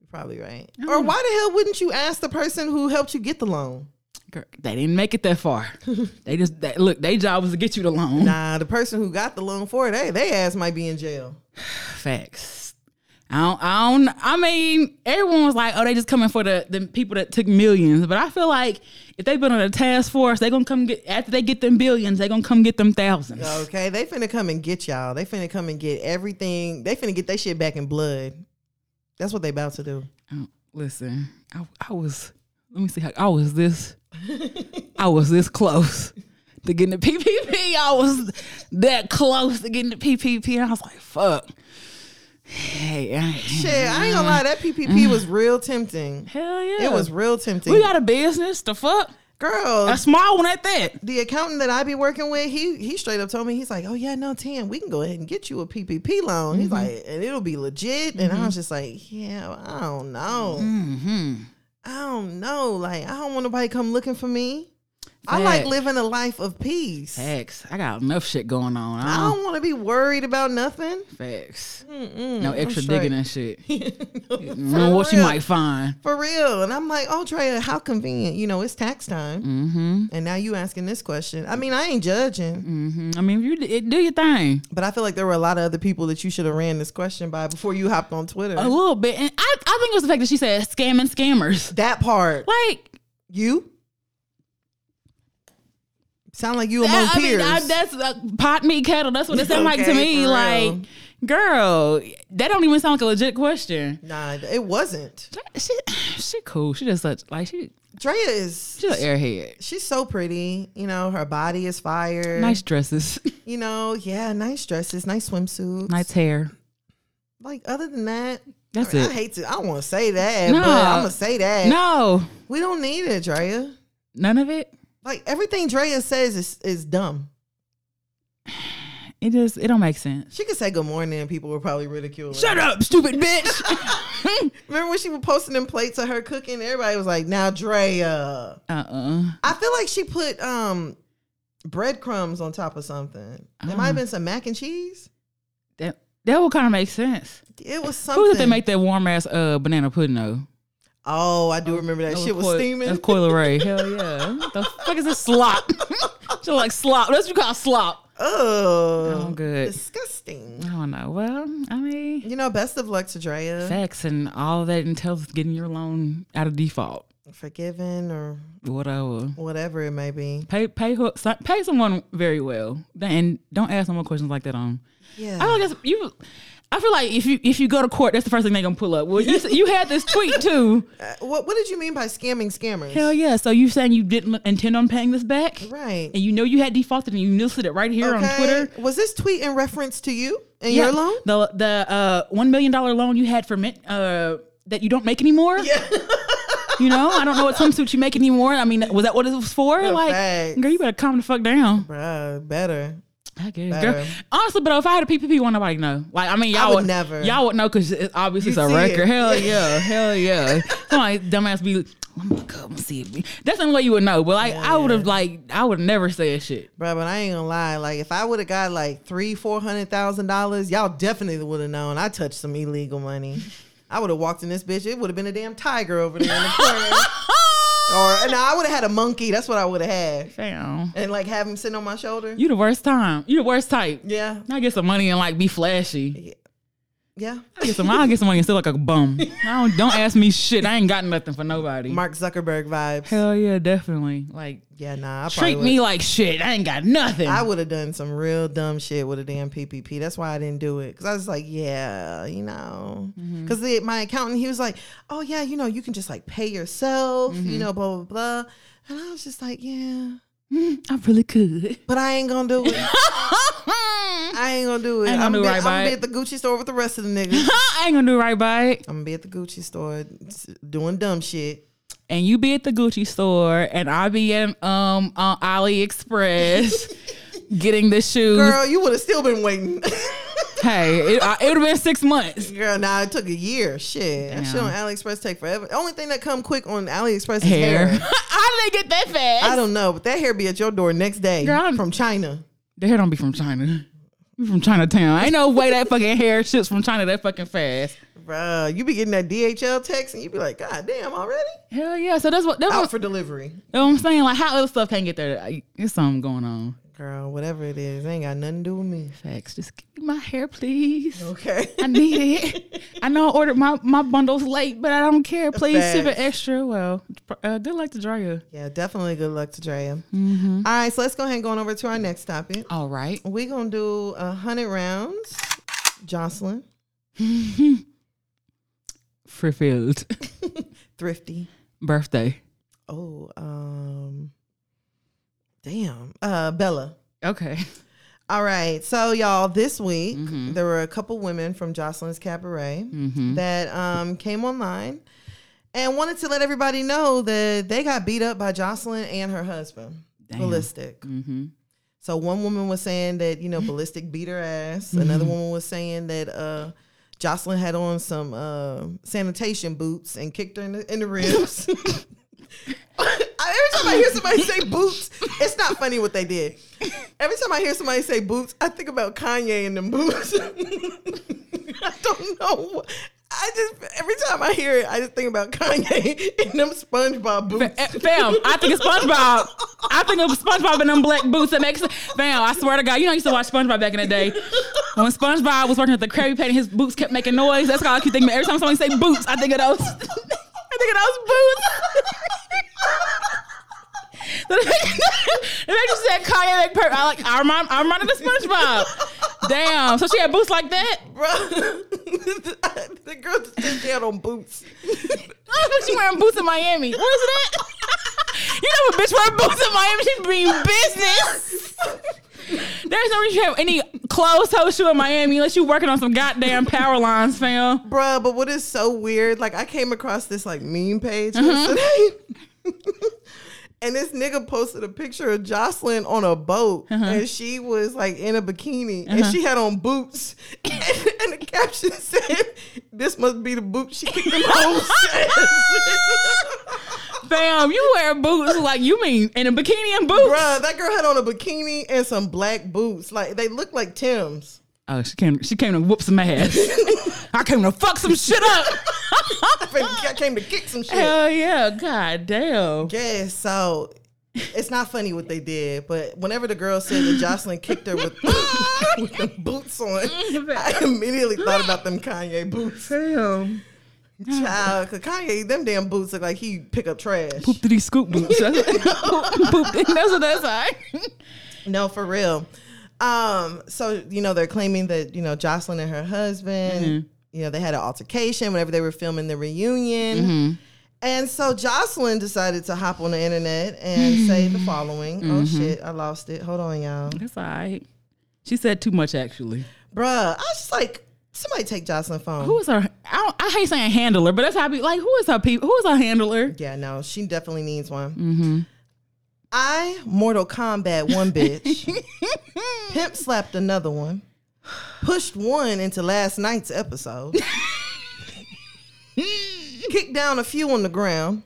Speaker 2: You're probably right. Or why the hell wouldn't you ask the person who helped you get the loan?
Speaker 1: Girl, they didn't make it that far. they just they, look. Their job was to get you the loan.
Speaker 2: Nah, the person who got the loan for it, hey, they ass might be in jail.
Speaker 1: Facts. I don't, I don't. I mean, everyone was like, "Oh, they just coming for the the people that took millions. But I feel like if they've been on a task force, they gonna come get after they get them billions. They gonna come get them thousands.
Speaker 2: Okay, they finna come and get y'all. They finna come and get everything. They finna get their shit back in blood. That's what they about to do.
Speaker 1: Oh, Listen, I, I was. Let me see how I was this. I was this close to getting the PPP. I was that close to getting the PPP, and I was like, "Fuck." Hey, I,
Speaker 2: Shit, I ain't gonna lie, that PPP was real tempting.
Speaker 1: hell Mm. yeah!
Speaker 2: It was real tempting.
Speaker 1: We got a business. The fuck?
Speaker 2: Girl,
Speaker 1: A small one at that.
Speaker 2: the accountant that I be working with, he he straight up told me he's like, "Oh yeah, no, Tim, we can go ahead and get you a PPP loan."
Speaker 1: Mm-hmm.
Speaker 2: He's like, "And it'll be legit." And I was just like, "Yeah, well, I don't know,
Speaker 1: Mm-hmm.
Speaker 2: I don't know. Like, I don't want nobody come looking for me. I like
Speaker 1: Facts.
Speaker 2: living a life of peace.
Speaker 1: Facts. I got enough shit going on. I
Speaker 2: I
Speaker 1: don't,
Speaker 2: don't want to be worried about nothing.
Speaker 1: facts.
Speaker 2: Mm-mm,
Speaker 1: No
Speaker 2: I'm
Speaker 1: extra
Speaker 2: straight.
Speaker 1: digging and shit.
Speaker 2: For
Speaker 1: Know what you
Speaker 2: real.
Speaker 1: might find.
Speaker 2: For real. And I'm like, oh, Drea, how convenient. You know, it's tax time.
Speaker 1: Mm-hmm.
Speaker 2: And now you asking this question. I mean, I ain't judging,
Speaker 1: Mm-hmm. I mean, you d- it, do your thing
Speaker 2: but I feel like there were a lot of other people that you should have ran this question by before you hopped on Twitter.
Speaker 1: a little bit, and I, I think it was the fact that she said scamming scammers.
Speaker 2: that part.
Speaker 1: Like,
Speaker 2: You? Sound like you among
Speaker 1: that, I mean,
Speaker 2: peers.
Speaker 1: I, that's uh, pot meat kettle. That's what it sounded like to
Speaker 2: Okay,
Speaker 1: me.
Speaker 2: for
Speaker 1: Like, girl, that don't even sound like a legit question.
Speaker 2: nah, it wasn't.
Speaker 1: She, she cool. She just such like she,
Speaker 2: Drea is,
Speaker 1: she's an airhead.
Speaker 2: she's so pretty. You know, her body is fire.
Speaker 1: Nice dresses,
Speaker 2: You know, yeah, nice dresses, nice swimsuits.
Speaker 1: nice hair.
Speaker 2: Like, other than that,
Speaker 1: That's
Speaker 2: I, mean,
Speaker 1: it.
Speaker 2: I hate to, I don't want to say that,
Speaker 1: No.
Speaker 2: but I'm going to say that.
Speaker 1: No,
Speaker 2: We don't need it, Drea.
Speaker 1: none of it.
Speaker 2: Like everything Drea says is is dumb.
Speaker 1: It just it don't make sense.
Speaker 2: She could say good morning and people would probably ridicule her.
Speaker 1: Shut up, stupid bitch.
Speaker 2: Remember when she was posting them plates of her cooking? Everybody was like, "Now Drea."
Speaker 1: uh uh
Speaker 2: I feel like she put um breadcrumbs on top of something. It
Speaker 1: Ah.
Speaker 2: might have been some mac and cheese.
Speaker 1: That that would kind of make sense.
Speaker 2: It was
Speaker 1: Who
Speaker 2: something.
Speaker 1: did they make that warm ass uh banana pudding though?
Speaker 2: oh, I do remember that
Speaker 1: That
Speaker 2: shit was
Speaker 1: Coi-
Speaker 2: steaming.
Speaker 1: That's Coil Ray. Hell yeah. What the fuck is this slop? She like slop. That's what you call slop.
Speaker 2: Oh,
Speaker 1: Oh, good.
Speaker 2: disgusting.
Speaker 1: I don't know. Well, I mean,
Speaker 2: You know, best of luck to Drea.
Speaker 1: facts and all that entails getting your loan out of default.
Speaker 2: Forgiven or
Speaker 1: Whatever.
Speaker 2: whatever it may be.
Speaker 1: Pay pay who- so- pay someone very well, and don't ask no more questions like that on.
Speaker 2: Yeah.
Speaker 1: I don't guess you. I feel like if you if you go to court, that's the first thing they're gonna pull up. Well, you you had this tweet too.
Speaker 2: Uh, what What did you mean by scamming scammers?
Speaker 1: Hell yeah! So you saying you didn't intend on paying this back,
Speaker 2: Right.
Speaker 1: and you know you had defaulted, and you listed it right here on Twitter.
Speaker 2: Was this tweet in reference to you and
Speaker 1: Yeah.
Speaker 2: your loan?
Speaker 1: The the uh, one million dollar loan you had for mint uh, that you don't make anymore.
Speaker 2: Yeah.
Speaker 1: You know, I don't know what swimsuit you make anymore. I mean, was that what it was for? like,
Speaker 2: facts.
Speaker 1: girl, you better calm the fuck down.
Speaker 2: Bruh, better.
Speaker 1: I guess,
Speaker 2: Better.
Speaker 1: girl. Honestly, but if I had a PPP, one nobody know. Like, I mean, y'all
Speaker 2: would never.
Speaker 1: Y'all would know because it's obviously
Speaker 2: You
Speaker 1: it's a
Speaker 2: see it.
Speaker 1: record. Hell yeah, hell yeah. Somebody dumbass be. like, I'm gonna come and see it. That's the only way you would know. But like, I would have like, I would never said shit.
Speaker 2: Bruh, but I ain't gonna lie. Like, if I would have got like three, four hundred thousand dollars, y'all definitely would have known I touched some illegal money. I would have walked in this bitch. It would have been a damn tiger over there in the corner. or no, I would have had a monkey. That's what I would have had.
Speaker 1: Damn,
Speaker 2: And like have him sitting on my shoulder.
Speaker 1: you the worst time. You the worst type.
Speaker 2: Yeah.
Speaker 1: I get some money and like be flashy.
Speaker 2: Yeah.
Speaker 1: I get some. I get some money and still like a bum. I don't. Don't ask me shit. I ain't got nothing for nobody.
Speaker 2: Mark Zuckerberg vibes.
Speaker 1: Hell yeah, definitely. Like
Speaker 2: yeah, nah. I probably
Speaker 1: treat
Speaker 2: would-
Speaker 1: me like shit. I ain't got nothing.
Speaker 2: I would have done some real dumb shit with a damn PPP. That's why I didn't do it. Cause I was like, yeah, you know,
Speaker 1: Mm-hmm.
Speaker 2: cause the, my accountant, he was like, oh yeah, you know, you can just like pay yourself,
Speaker 1: Mm-hmm.
Speaker 2: you know, blah, blah, blah. And I was just like, yeah,
Speaker 1: I really could. Mm.
Speaker 2: but I ain't gonna do it. I ain't gonna do it.
Speaker 1: I ain't gonna
Speaker 2: I'm
Speaker 1: do
Speaker 2: be,
Speaker 1: right
Speaker 2: I'm
Speaker 1: by
Speaker 2: gonna be
Speaker 1: it.
Speaker 2: at the Gucci store with the rest of the niggas.
Speaker 1: I ain't gonna do right by it.
Speaker 2: I'm gonna be at the Gucci store s- doing dumb shit.
Speaker 1: And you be at the Gucci store, and I be in um on AliExpress getting the shoes.
Speaker 2: Girl, you would have still been waiting.
Speaker 1: Hey, it, I- it would have been six months.
Speaker 2: Girl, nah, it took a year. Shit, that shit
Speaker 1: Damn.
Speaker 2: on AliExpress take forever. Only thing that come quick on AliExpress is
Speaker 1: Hair.
Speaker 2: hair.
Speaker 1: How did they get that fast?
Speaker 2: I don't know, but that hair be at your door next day
Speaker 1: Girl, I'm-
Speaker 2: from China.
Speaker 1: the hair don't be from China. You from Chinatown. Ain't no way that fucking hair ships from China that fucking fast.
Speaker 2: Bruh, you be getting that DHL text and you be like, God damn, already?
Speaker 1: Hell yeah. So that's what that's
Speaker 2: Out
Speaker 1: what,
Speaker 2: Oh, for delivery.
Speaker 1: that's what I'm saying. Like how other stuff can't get there. Like, There's something going on.
Speaker 2: Girl, whatever it is, it ain't got nothing to do with me.
Speaker 1: Facts. Just give me my hair, please.
Speaker 2: Okay.
Speaker 1: I need it. I know I ordered my, my bundles late, but I don't care. Please ship it
Speaker 2: Facts.
Speaker 1: extra. Well, uh, good luck to Drea.
Speaker 2: yeah, definitely good luck to Drea. All right, so let's go ahead and go on over to our next topic.
Speaker 1: All right.
Speaker 2: We're going to do a 100 rounds. Jocelyn,
Speaker 1: Fulfilled.
Speaker 2: thrifty.
Speaker 1: Birthday.
Speaker 2: Oh, um, damn. Uh, Bella.
Speaker 1: Okay.
Speaker 2: All right, so y'all, this week
Speaker 1: Mm-hmm.
Speaker 2: there were a couple women from Jocelyn's Cabaret that um, came online and wanted to let everybody know that they got beat up by Jocelyn and her husband,
Speaker 1: Damn.
Speaker 2: Ballistic.
Speaker 1: Mm-hmm.
Speaker 2: So one woman was saying that you know Ballistic beat her ass.
Speaker 1: Mm-hmm.
Speaker 2: Another woman was saying that uh, Jocelyn had on some uh, sanitation boots and kicked her in the, in the ribs. Every time I hear somebody say boots, it's not funny what they did. Every time I hear somebody say boots, I think about Kanye and them boots. I don't know. wh- I just every time I hear it, I just think about Kanye and them SpongeBob boots.
Speaker 1: eh, Fam, I think of SpongeBob. I think of SpongeBob in them black boots that makes. Fam, I swear to God, you know I used to watch SpongeBob back in the day. When SpongeBob was working at the Krabby Patty, his boots kept making noise. That's all I keep thinking. Every time somebody say boots, I think of those. I think of those boots. the fact you said Kanye McPerk, I like. I remind. I reminded of SpongeBob. Damn. So she had boots like that.
Speaker 2: Bro, the girl just took down on boots.
Speaker 1: but she wearing boots in Miami. Where's it at? you know, a bitch wearing boots in Miami, she being business. There's no reason you have any closed toe shoe in Miami unless you working on some goddamn power lines, fam.
Speaker 2: Bruh, but what is so weird, like I came across this like meme page yesterday. and this nigga posted a picture of Jocelyn on a boat and she was like in a bikini and she had on boots. and, the caption said, This must be the boot she kicked them hoes.
Speaker 1: Fam, you wear boots like you mean in a bikini and boots.
Speaker 2: Bruh, that girl had on a bikini and some black boots. Like they look like Tim's.
Speaker 1: Oh, she came she came to whoop some ass. I came to fuck some shit up.
Speaker 2: I came to kick some shit.
Speaker 1: Hell yeah, god damn.
Speaker 2: Yeah, so it's not funny what they did, but whenever the girl said that Jocelyn kicked her with, with them boots on, I immediately thought about them Kanye boots.
Speaker 1: Damn.
Speaker 2: Child, 'cause Kanye, them damn boots look like he pick up trash.
Speaker 1: Poop to these scoop boots. That's what, poop, poop, that's what that's like.
Speaker 2: No, for real. Um, so you know they're claiming that you know Jocelyn and her husband, you know they had an altercation whenever they were filming the reunion, and so Jocelyn decided to hop on the internet and say the following: "Oh shit, I lost it. Hold on, y'all,
Speaker 1: That's all right. She said too much, actually.
Speaker 2: bruh. I was just like, somebody take Jocelyn's phone.
Speaker 1: Who is her? I, don't, I hate saying handler, but that's how I be like. Who is her people? Who is her handler?
Speaker 2: Yeah, no, she definitely needs one. I Mortal Kombat one bitch. Pimp slapped another one. Pushed one into last night's episode. Kicked down a few on the ground.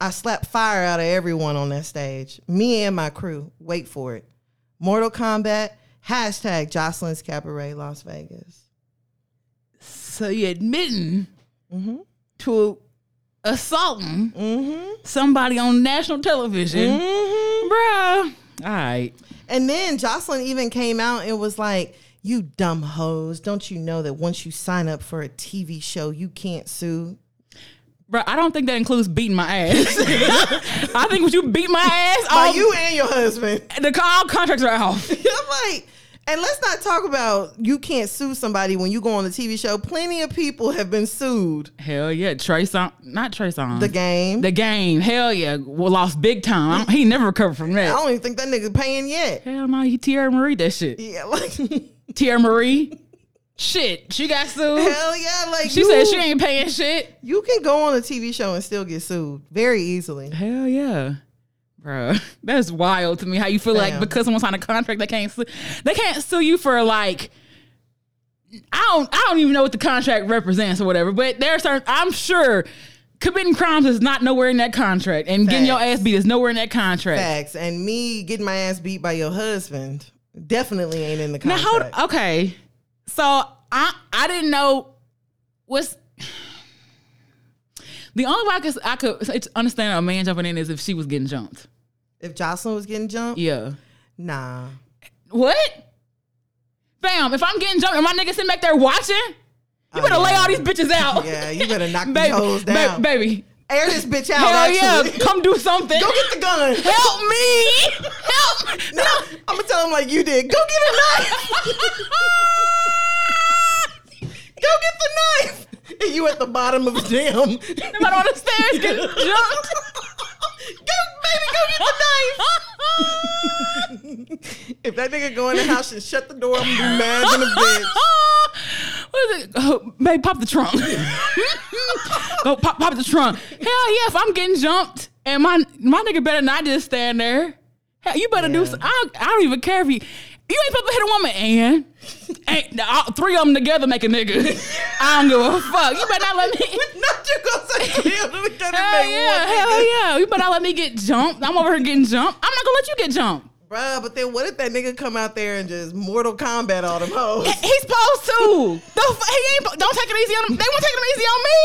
Speaker 2: I slapped fire out of everyone on that stage. Me and my crew. Wait for it. Mortal Kombat. Hashtag Jocelyn's Cabaret Las Vegas.
Speaker 1: So you admitting
Speaker 2: Mm-hmm.
Speaker 1: to assaulting somebody on national television,
Speaker 2: Mm-hmm.
Speaker 1: bruh? All right.
Speaker 2: And then Jocelyn even came out and was like, "You dumb hoes! Don't you know that once you sign up for a TV show, you can't sue?"
Speaker 1: Bro, I don't think that includes beating my ass. I think when you beat my ass, all
Speaker 2: By you and your husband.
Speaker 1: the all contracts are off.
Speaker 2: I'm like, and let's not talk about you can't sue somebody when you go on a TV show. Plenty of people have been sued.
Speaker 1: Hell yeah, Trey Song, not Trey Song.
Speaker 2: The game.
Speaker 1: The game. Hell yeah, well, lost big time. I don't- he never recovered from
Speaker 2: I
Speaker 1: that.
Speaker 2: don't even think that nigga paying yet.
Speaker 1: Hell no, he Tierra Marie that shit.
Speaker 2: Yeah, like
Speaker 1: Tierra Marie. Shit, she got sued.
Speaker 2: hell yeah, like
Speaker 1: She
Speaker 2: you,
Speaker 1: said she ain't paying shit.
Speaker 2: you can go on a TV show and still get sued very easily.
Speaker 1: Hell yeah. Bruh, that's wild to me. How you feel like
Speaker 2: Damn.
Speaker 1: because someone signed a contract, they can't sue, they can't sue you for like, I don't, I don't even know what the contract represents or whatever. But there are certain, I'm sure, committing crimes is not nowhere in that contract, and getting your
Speaker 2: Facts.
Speaker 1: ass beat is nowhere in that contract.
Speaker 2: Facts and me getting my ass beat by your husband definitely ain't in the
Speaker 1: Now,
Speaker 2: contract.
Speaker 1: hold, okay, so I, I didn't know what's the only way I could, I could it's- understand a man jumping in is if she was getting jumped.
Speaker 2: If Jocelyn was getting jumped,
Speaker 1: Yeah.
Speaker 2: nah.
Speaker 1: What? Fam, if I'm getting jumped and my nigga sitting back there watching, you better lay
Speaker 2: yeah.
Speaker 1: all these bitches out.
Speaker 2: Yeah, you better knock these
Speaker 1: Baby,
Speaker 2: hoes
Speaker 1: ba-
Speaker 2: down.
Speaker 1: baby,
Speaker 2: Air this bitch out.
Speaker 1: hell
Speaker 2: actually.
Speaker 1: yeah, come do something.
Speaker 2: Go get the gun.
Speaker 1: Help me! Help!
Speaker 2: No, I'm gonna tell him like you did. Go get a knife. Go get the knife. And you at the bottom of the dam.
Speaker 1: Nobody on the stairs getting jumped.
Speaker 2: Go, baby, go get the knife. If that nigga go in the house and shut the door, I'm gonna be mad than a bitch.
Speaker 1: what is it? Oh, babe, pop the trunk. Go pop pop the trunk. Hell yeah, if I'm getting jumped and my my nigga better not just stand there. Hell, you better do.
Speaker 2: Yeah.
Speaker 1: Some, I, don't, I don't even care if you. You ain't supposed to hit a woman and, and all, three of them together make a nigga. I don't give a fuck. You better not let me.
Speaker 2: Not you gonna say three of them together
Speaker 1: Hell
Speaker 2: make
Speaker 1: yeah,
Speaker 2: one
Speaker 1: hell
Speaker 2: nigga.
Speaker 1: yeah. You better not let me get jumped. I'm over here getting jumped. I'm not gonna let you get jumped.
Speaker 2: Bruh, but then what if that nigga come out there and just Mortal Kombat all them hoes?
Speaker 1: He's supposed to. Don't, he ain't, don't take it easy on him. They won't take it easy on me.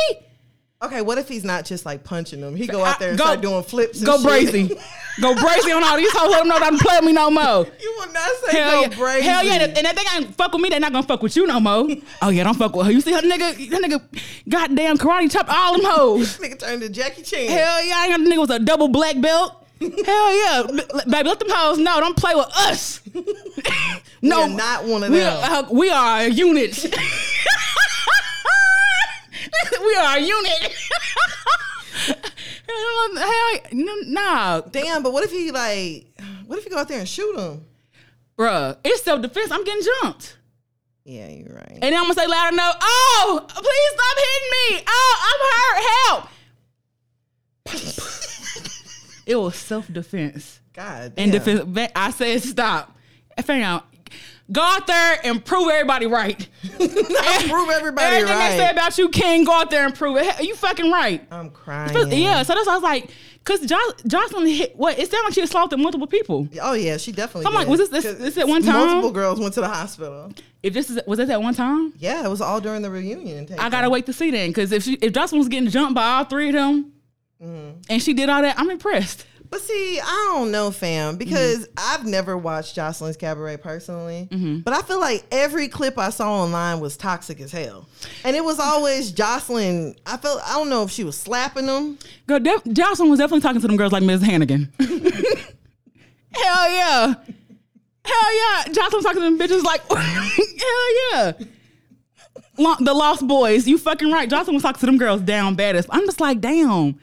Speaker 2: Okay, what if he's not just like punching them? He go
Speaker 1: I-
Speaker 2: out there and
Speaker 1: go-
Speaker 2: start doing flips. And
Speaker 1: Go
Speaker 2: shit.
Speaker 1: brazy. Go brazy on all these hoes. Let them know they don't play with me no more.
Speaker 2: You will not say
Speaker 1: Hell
Speaker 2: go
Speaker 1: yeah.
Speaker 2: brazy.
Speaker 1: Hell yeah. And if they ain't fuck with me, they not gonna fuck with you no more. Oh yeah, don't fuck with her. You see her nigga, that nigga goddamn karate chopped all them hoes.
Speaker 2: This nigga turned to Jackie Chan.
Speaker 1: Hell yeah, I ain't got nigga was a double black belt. Hell yeah. L- baby, let them hoes know. Don't play with us. no.
Speaker 2: We are not one of
Speaker 1: we
Speaker 2: them.
Speaker 1: Are, uh, we are a unit. we are a unit. Hell, hell, no, nah,
Speaker 2: Damn, but what if he like? What if he go out there and shoot him?
Speaker 1: bruh. It's self defense. I'm getting jumped.
Speaker 2: Yeah, you're right.
Speaker 1: And then I'm gonna say loud enough, oh, please stop hitting me. Oh, I'm hurt. Help. it was self defense.
Speaker 2: God damn.
Speaker 1: And defense, ba- I said stop. I figured out. Go out there and prove everybody right.
Speaker 2: prove everybody
Speaker 1: Everything
Speaker 2: right.
Speaker 1: they say about you, King, go out there and prove it. Hell, You fucking right.
Speaker 2: I'm crying.
Speaker 1: But- yeah. So that's why I was like, because Jocelyn hit what? It sounded like she assaulted multiple people.
Speaker 2: Oh yeah, she definitely.
Speaker 1: I'm like,
Speaker 2: did.
Speaker 1: was this- this-
Speaker 2: 'Cause
Speaker 1: this at one time?
Speaker 2: Multiple girls went to the hospital.
Speaker 1: If this is was this at one time,
Speaker 2: Yeah, it was all during the reunion. tape.
Speaker 1: I gotta wait to see then. Because if she, if Jocelyn was getting jumped by all three of them,
Speaker 2: Mm-hmm.
Speaker 1: and she did all that, I'm impressed.
Speaker 2: But see, I don't know, fam, because I've never watched Jocelyn's Cabaret personally. But I feel like every clip I saw online was toxic as hell, and it was always Jocelyn. I felt I don't know if she was slapping them.
Speaker 1: Girl, def- Jocelyn was definitely talking to them girls like Ms. Hannigan. Hell yeah. Hell yeah. Jocelyn was talking to them bitches like, hell yeah. Lo- the Lost Boys, you fucking right. Jocelyn was talking to them girls down bad as. I'm just like, damn.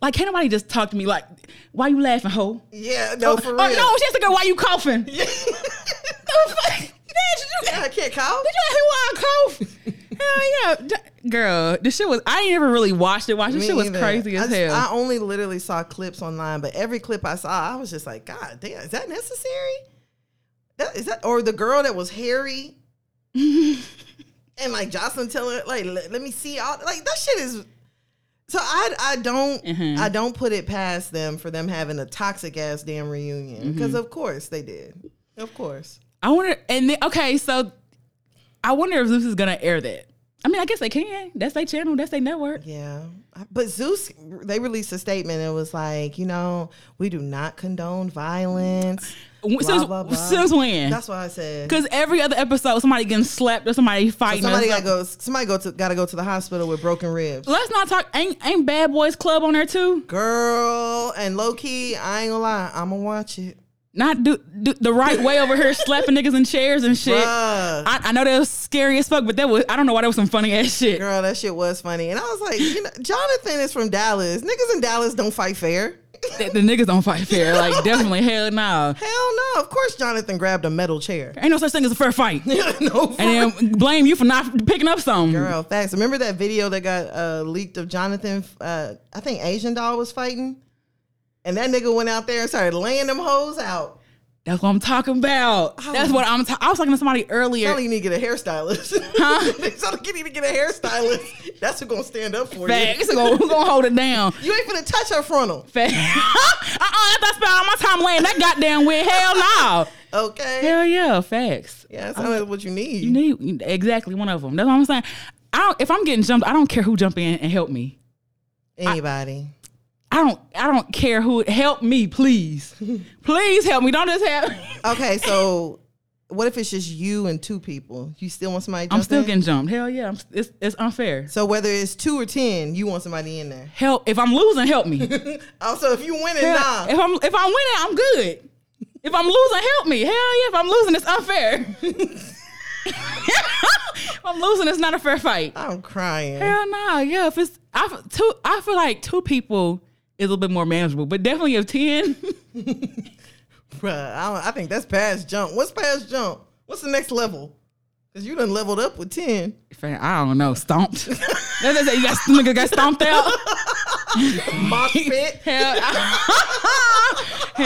Speaker 1: Like, can't nobody just talk to me like, why you laughing, hoe?
Speaker 2: Yeah, no, for real.
Speaker 1: Oh, no, she has to go, why you coughing? The fuck? Did you,
Speaker 2: I can't call.
Speaker 1: did you hear why I cough? hell yeah. Jo- Girl, this shit was, I ain't never really watched it. Watch this
Speaker 2: Me
Speaker 1: shit was
Speaker 2: either.
Speaker 1: crazy
Speaker 2: I
Speaker 1: as
Speaker 2: just-
Speaker 1: hell.
Speaker 2: I only literally saw clips online, but every clip I saw, I was just like, God damn, is that necessary? That is that or the girl that was hairy and like Jocelyn telling her, like let, let me see all like that shit is so I I don't
Speaker 1: Mhm.
Speaker 2: I don't put it past them for them having a toxic ass damn reunion. Because
Speaker 1: Mm-hmm.
Speaker 2: of course they did. Of course.
Speaker 1: I wonder, and then, okay, so I wonder if Zeus is gonna air that. I mean, I guess they can. That's their channel. That's their network.
Speaker 2: Yeah. But Zeus, they released a statement. It was like, you know, we do not condone violence.
Speaker 1: When-
Speaker 2: Blah,
Speaker 1: since,
Speaker 2: blah, blah.
Speaker 1: since when?
Speaker 2: That's what I said.
Speaker 1: Because every other episode, somebody getting slapped or somebody fighting. or
Speaker 2: Somebody gotta
Speaker 1: something.
Speaker 2: go. Somebody go to gotta go to the hospital with broken ribs,
Speaker 1: Let's not talk. Ain't ain't Bad Boys Club on there too?
Speaker 2: girl. And low key, I ain't gonna lie. I'm gonna watch it.
Speaker 1: Not do, do the right way over here, slapping niggas in chairs and shit.
Speaker 2: Bruh.
Speaker 1: I, I know that was scary as fuck, but that was I don't know why that was some funny ass shit.
Speaker 2: Girl, that shit was funny. And I was like, you know, Jonathan is from Dallas. Niggas in Dallas don't fight fair.
Speaker 1: That the niggas don't fight fair. Like definitely hell no.
Speaker 2: Hell no. Of course, Jonathan grabbed a metal chair.
Speaker 1: Ain't no such thing as a fair fight.
Speaker 2: no. for
Speaker 1: And then blame you for not picking up some.
Speaker 2: Girl, facts. Remember that video that got uh, leaked of Jonathan? Uh, I think Asian Doll was fighting, and that nigga went out there and started laying them hoes out.
Speaker 1: That's what I'm talking about. That's what I'm. Ta- I was talking to somebody earlier.
Speaker 2: Oh. Tell you need to get a hairstylist.
Speaker 1: Huh?
Speaker 2: They tell you need to get a hairstylist. That's who gonna stand up for
Speaker 1: Fact. It's gonna, we gonna hold it down.
Speaker 2: you. You ain't gonna touch her frontal,
Speaker 1: Fact. uh-uh, after I spent all my time laying that goddamn wig, hell no.
Speaker 2: okay?
Speaker 1: Hell yeah, facts.
Speaker 2: Yeah, that's not what you need.
Speaker 1: You need exactly one of them. That's what I'm saying. I don't, if I'm getting jumped, I don't care who jump in and help me.
Speaker 2: Anybody?
Speaker 1: I don't. I don't care who help me, please. please help me. Don't just help.
Speaker 2: okay, so what if it's just you and two people? You still want somebody? To
Speaker 1: I'm
Speaker 2: jump
Speaker 1: still
Speaker 2: in?
Speaker 1: getting jumped. Hell yeah. I'm, it's it's unfair.
Speaker 2: So whether it's two or ten, you want somebody in there.
Speaker 1: Help. If I'm losing, help me.
Speaker 2: Also, if you winning,
Speaker 1: Hell,
Speaker 2: nah.
Speaker 1: If I'm if I'm winning, I'm good. If I'm losing, help me. Hell yeah, if I'm losing, it's unfair. if I'm losing, it's not a fair fight.
Speaker 2: I'm crying.
Speaker 1: Hell no, yeah. If it's I f- two, I feel like two people is a little bit more manageable, but definitely if ten,
Speaker 2: Bruh, I, don't, I think that's past jump. What's past jump? What's the next level? Cause you done leveled up with ten.
Speaker 1: Fam, I don't know. Stomped. That's it. You got nigga got stomped out.
Speaker 2: Mosh pit.
Speaker 1: Hell,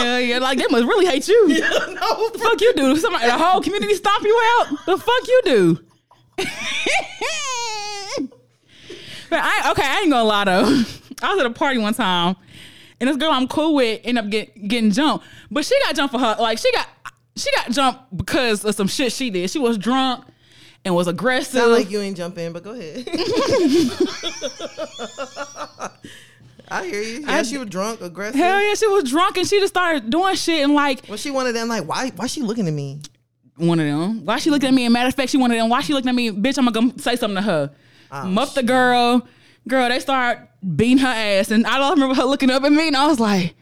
Speaker 1: hell yeah! Like they must really hate you.
Speaker 2: no,
Speaker 1: The fuck you do? Somebody, the whole community stomp you out. The fuck you do? but I okay, I ain't gonna lie though. I was at a party one time, and this girl I'm cool with end up get, getting jumped, but she got jumped for her like she got she got jumped because of some shit she did. She was drunk and was aggressive.
Speaker 2: Sound like you ain't jump in, but go ahead. I hear you. Yeah,
Speaker 1: I-
Speaker 2: she was drunk, aggressive.
Speaker 1: Hell yeah, she was drunk and she just started doing shit and like
Speaker 2: Was she one of them? Like, why? Why she looking at me?
Speaker 1: one of them. Why she looked at me? And matter of fact, she one of them. Why she looked at me? Bitch, I'm gonna go say something to her.
Speaker 2: Ah,
Speaker 1: Muff the girl. Girl, they start beating her ass, and I don't remember her looking up at me, and I was like,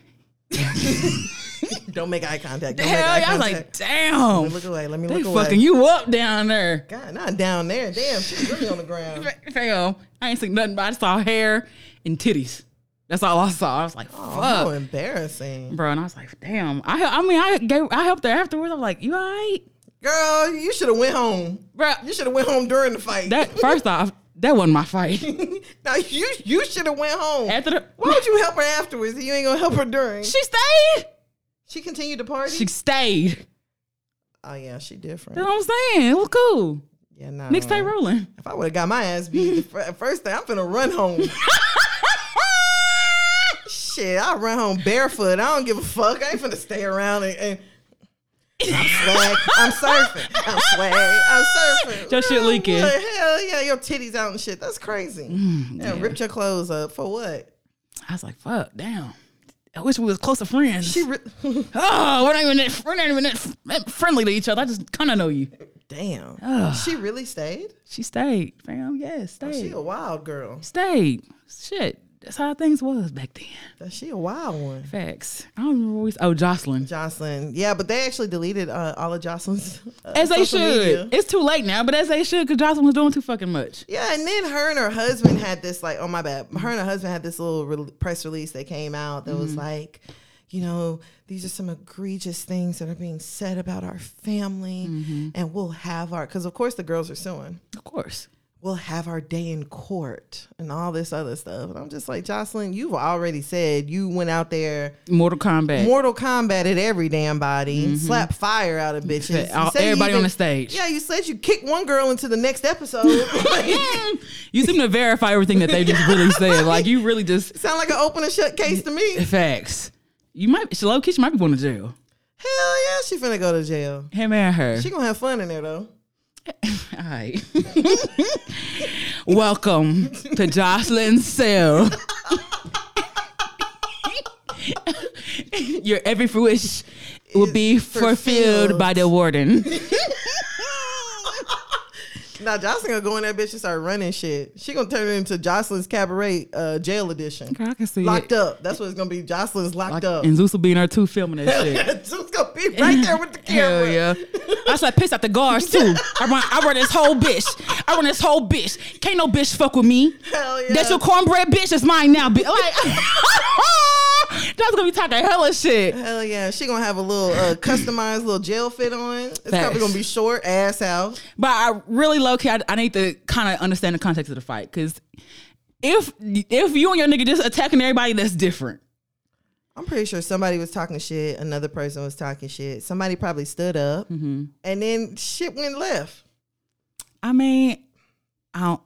Speaker 2: Don't make eye contact. Don't make
Speaker 1: hell
Speaker 2: eye
Speaker 1: yeah. I was
Speaker 2: contact.
Speaker 1: like, damn.
Speaker 2: Let me look away. Let me
Speaker 1: They
Speaker 2: look away.
Speaker 1: fucking you up down there.
Speaker 2: God, not down there. Damn, she's really on the ground.
Speaker 1: Fam, I ain't seen nothing, but I saw hair and titties. That's all I saw. I was like,
Speaker 2: Oh,
Speaker 1: fuck.
Speaker 2: how embarrassing,
Speaker 1: Bro, and I was like, damn. I, hel- I mean, I gave, I helped her afterwards. I'm like, you all right?
Speaker 2: girl. You should have went home.
Speaker 1: Bro,
Speaker 2: You should have went home during the fight.
Speaker 1: that, first off, that wasn't my fight.
Speaker 2: now you you should have went home.
Speaker 1: After the,
Speaker 2: why would you help her afterwards? if You ain't gonna help her during. She,
Speaker 1: She stayed.
Speaker 2: continued to party.
Speaker 1: She stayed.
Speaker 2: oh yeah, she
Speaker 1: That's
Speaker 2: different.
Speaker 1: what I'm saying. It was cool.
Speaker 2: Yeah, nah.
Speaker 1: Next day rolling.
Speaker 2: If I would have got my ass beat, the fir- first thing I'm finna run home. Shit, I run home barefoot. I don't give a fuck. I ain't finna stay around and. and I'm swag. I'm surfing. I'm swag. I'm surfing.
Speaker 1: Your shit
Speaker 2: Well,
Speaker 1: leaking. Mm,
Speaker 2: what the Hell yeah, your titties out and shit. That's crazy. yeah, ripped your clothes up for what?
Speaker 1: I was like, fuck, damn. I wish we was closer friends.
Speaker 2: She ri-
Speaker 1: oh, we're not even that, we're not even that f- that friendly to each other. I just kind of know you.
Speaker 2: damn.
Speaker 1: Ugh.
Speaker 2: She really stayed.
Speaker 1: She stayed, fam. Yeah, stayed.
Speaker 2: Oh, She a wild girl.
Speaker 1: stayed. Shit, that's how things was back then.
Speaker 2: She a wild one.
Speaker 1: Facts. I don't remember. What we, oh, Jocelyn.
Speaker 2: Jocelyn. Yeah, but they actually deleted uh, all of Jocelyn's. Uh,
Speaker 1: As they
Speaker 2: social
Speaker 1: should.
Speaker 2: media.
Speaker 1: It's too late now, but as they should, because Jocelyn was doing too fucking much.
Speaker 2: Yeah, and then her and her husband had this like, oh my bad, her and her husband had this little re- press release that came out that
Speaker 1: Mm-hmm.
Speaker 2: was like, you know, these are some egregious things that are being said about our family,
Speaker 1: Mm-hmm.
Speaker 2: and we'll have our because of course the girls are suing.
Speaker 1: Of course.
Speaker 2: We'll have our day in court and all this other stuff. And I'm just like, Jocelyn, you've already said you went out there,
Speaker 1: Mortal Kombat.
Speaker 2: Mortal Kombated every damn body, and slapped fire out of bitches. You
Speaker 1: all-
Speaker 2: said
Speaker 1: Mm-hmm.
Speaker 2: you
Speaker 1: everybody on
Speaker 2: even-
Speaker 1: the stage.
Speaker 2: Yeah, you said you kicked one girl into the next episode. Like,
Speaker 1: you seem to verify everything that they just really said. Like you really just
Speaker 2: Sound like an open and shut case to me. Hell
Speaker 1: facts. You might she low key she might be going to jail.
Speaker 2: yeah, she finna go to jail.
Speaker 1: Him and her.
Speaker 2: She gonna have fun in there though.
Speaker 1: All right. Welcome to Jocelyn's cell. Your every wish will be
Speaker 2: Is
Speaker 1: fulfilled,
Speaker 2: fulfilled.
Speaker 1: by the warden.
Speaker 2: Now Jocelyn gonna go in that bitch and start running shit. She gonna turn it into Jocelyn's Cabaret uh, Jail Edition.
Speaker 1: Girl, I can see
Speaker 2: Locked
Speaker 1: it.
Speaker 2: up. That's what it's gonna be. Jocelyn's locked up.
Speaker 1: And Zeus will be in her too filming that shit.
Speaker 2: She's gonna be right there with the camera.
Speaker 1: Hell yeah. I said, piss out the guards too. I run, I run this whole bitch. I run this whole bitch. Can't no bitch fuck with me.
Speaker 2: Hell yeah.
Speaker 1: That's your cornbread bitch. It's mine now. Bitch. Like, that's gonna be talking hella shit.
Speaker 2: Hell yeah. She gonna have a little uh, customized little jail fit on. It's
Speaker 1: Facts.
Speaker 2: probably gonna be short, ass out.
Speaker 1: But I really low key, I, I need to kind of understand the context of the fight because if if you and your nigga just attacking everybody, that's different.
Speaker 2: I'm pretty sure somebody was talking shit. Another person was talking shit. Somebody probably stood up,
Speaker 1: Mm-hmm.
Speaker 2: and then shit went left.
Speaker 1: I mean, I don't.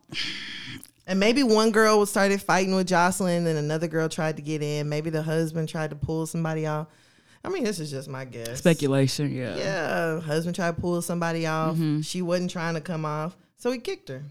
Speaker 2: And maybe one girl started fighting with Jocelyn, and another girl tried to get in. Maybe the husband tried to pull somebody off. I mean, this is just my guess.
Speaker 1: Speculation, yeah.
Speaker 2: Yeah, husband tried to pull somebody off.
Speaker 1: Mm-hmm.
Speaker 2: She wasn't trying to come off, so he kicked her.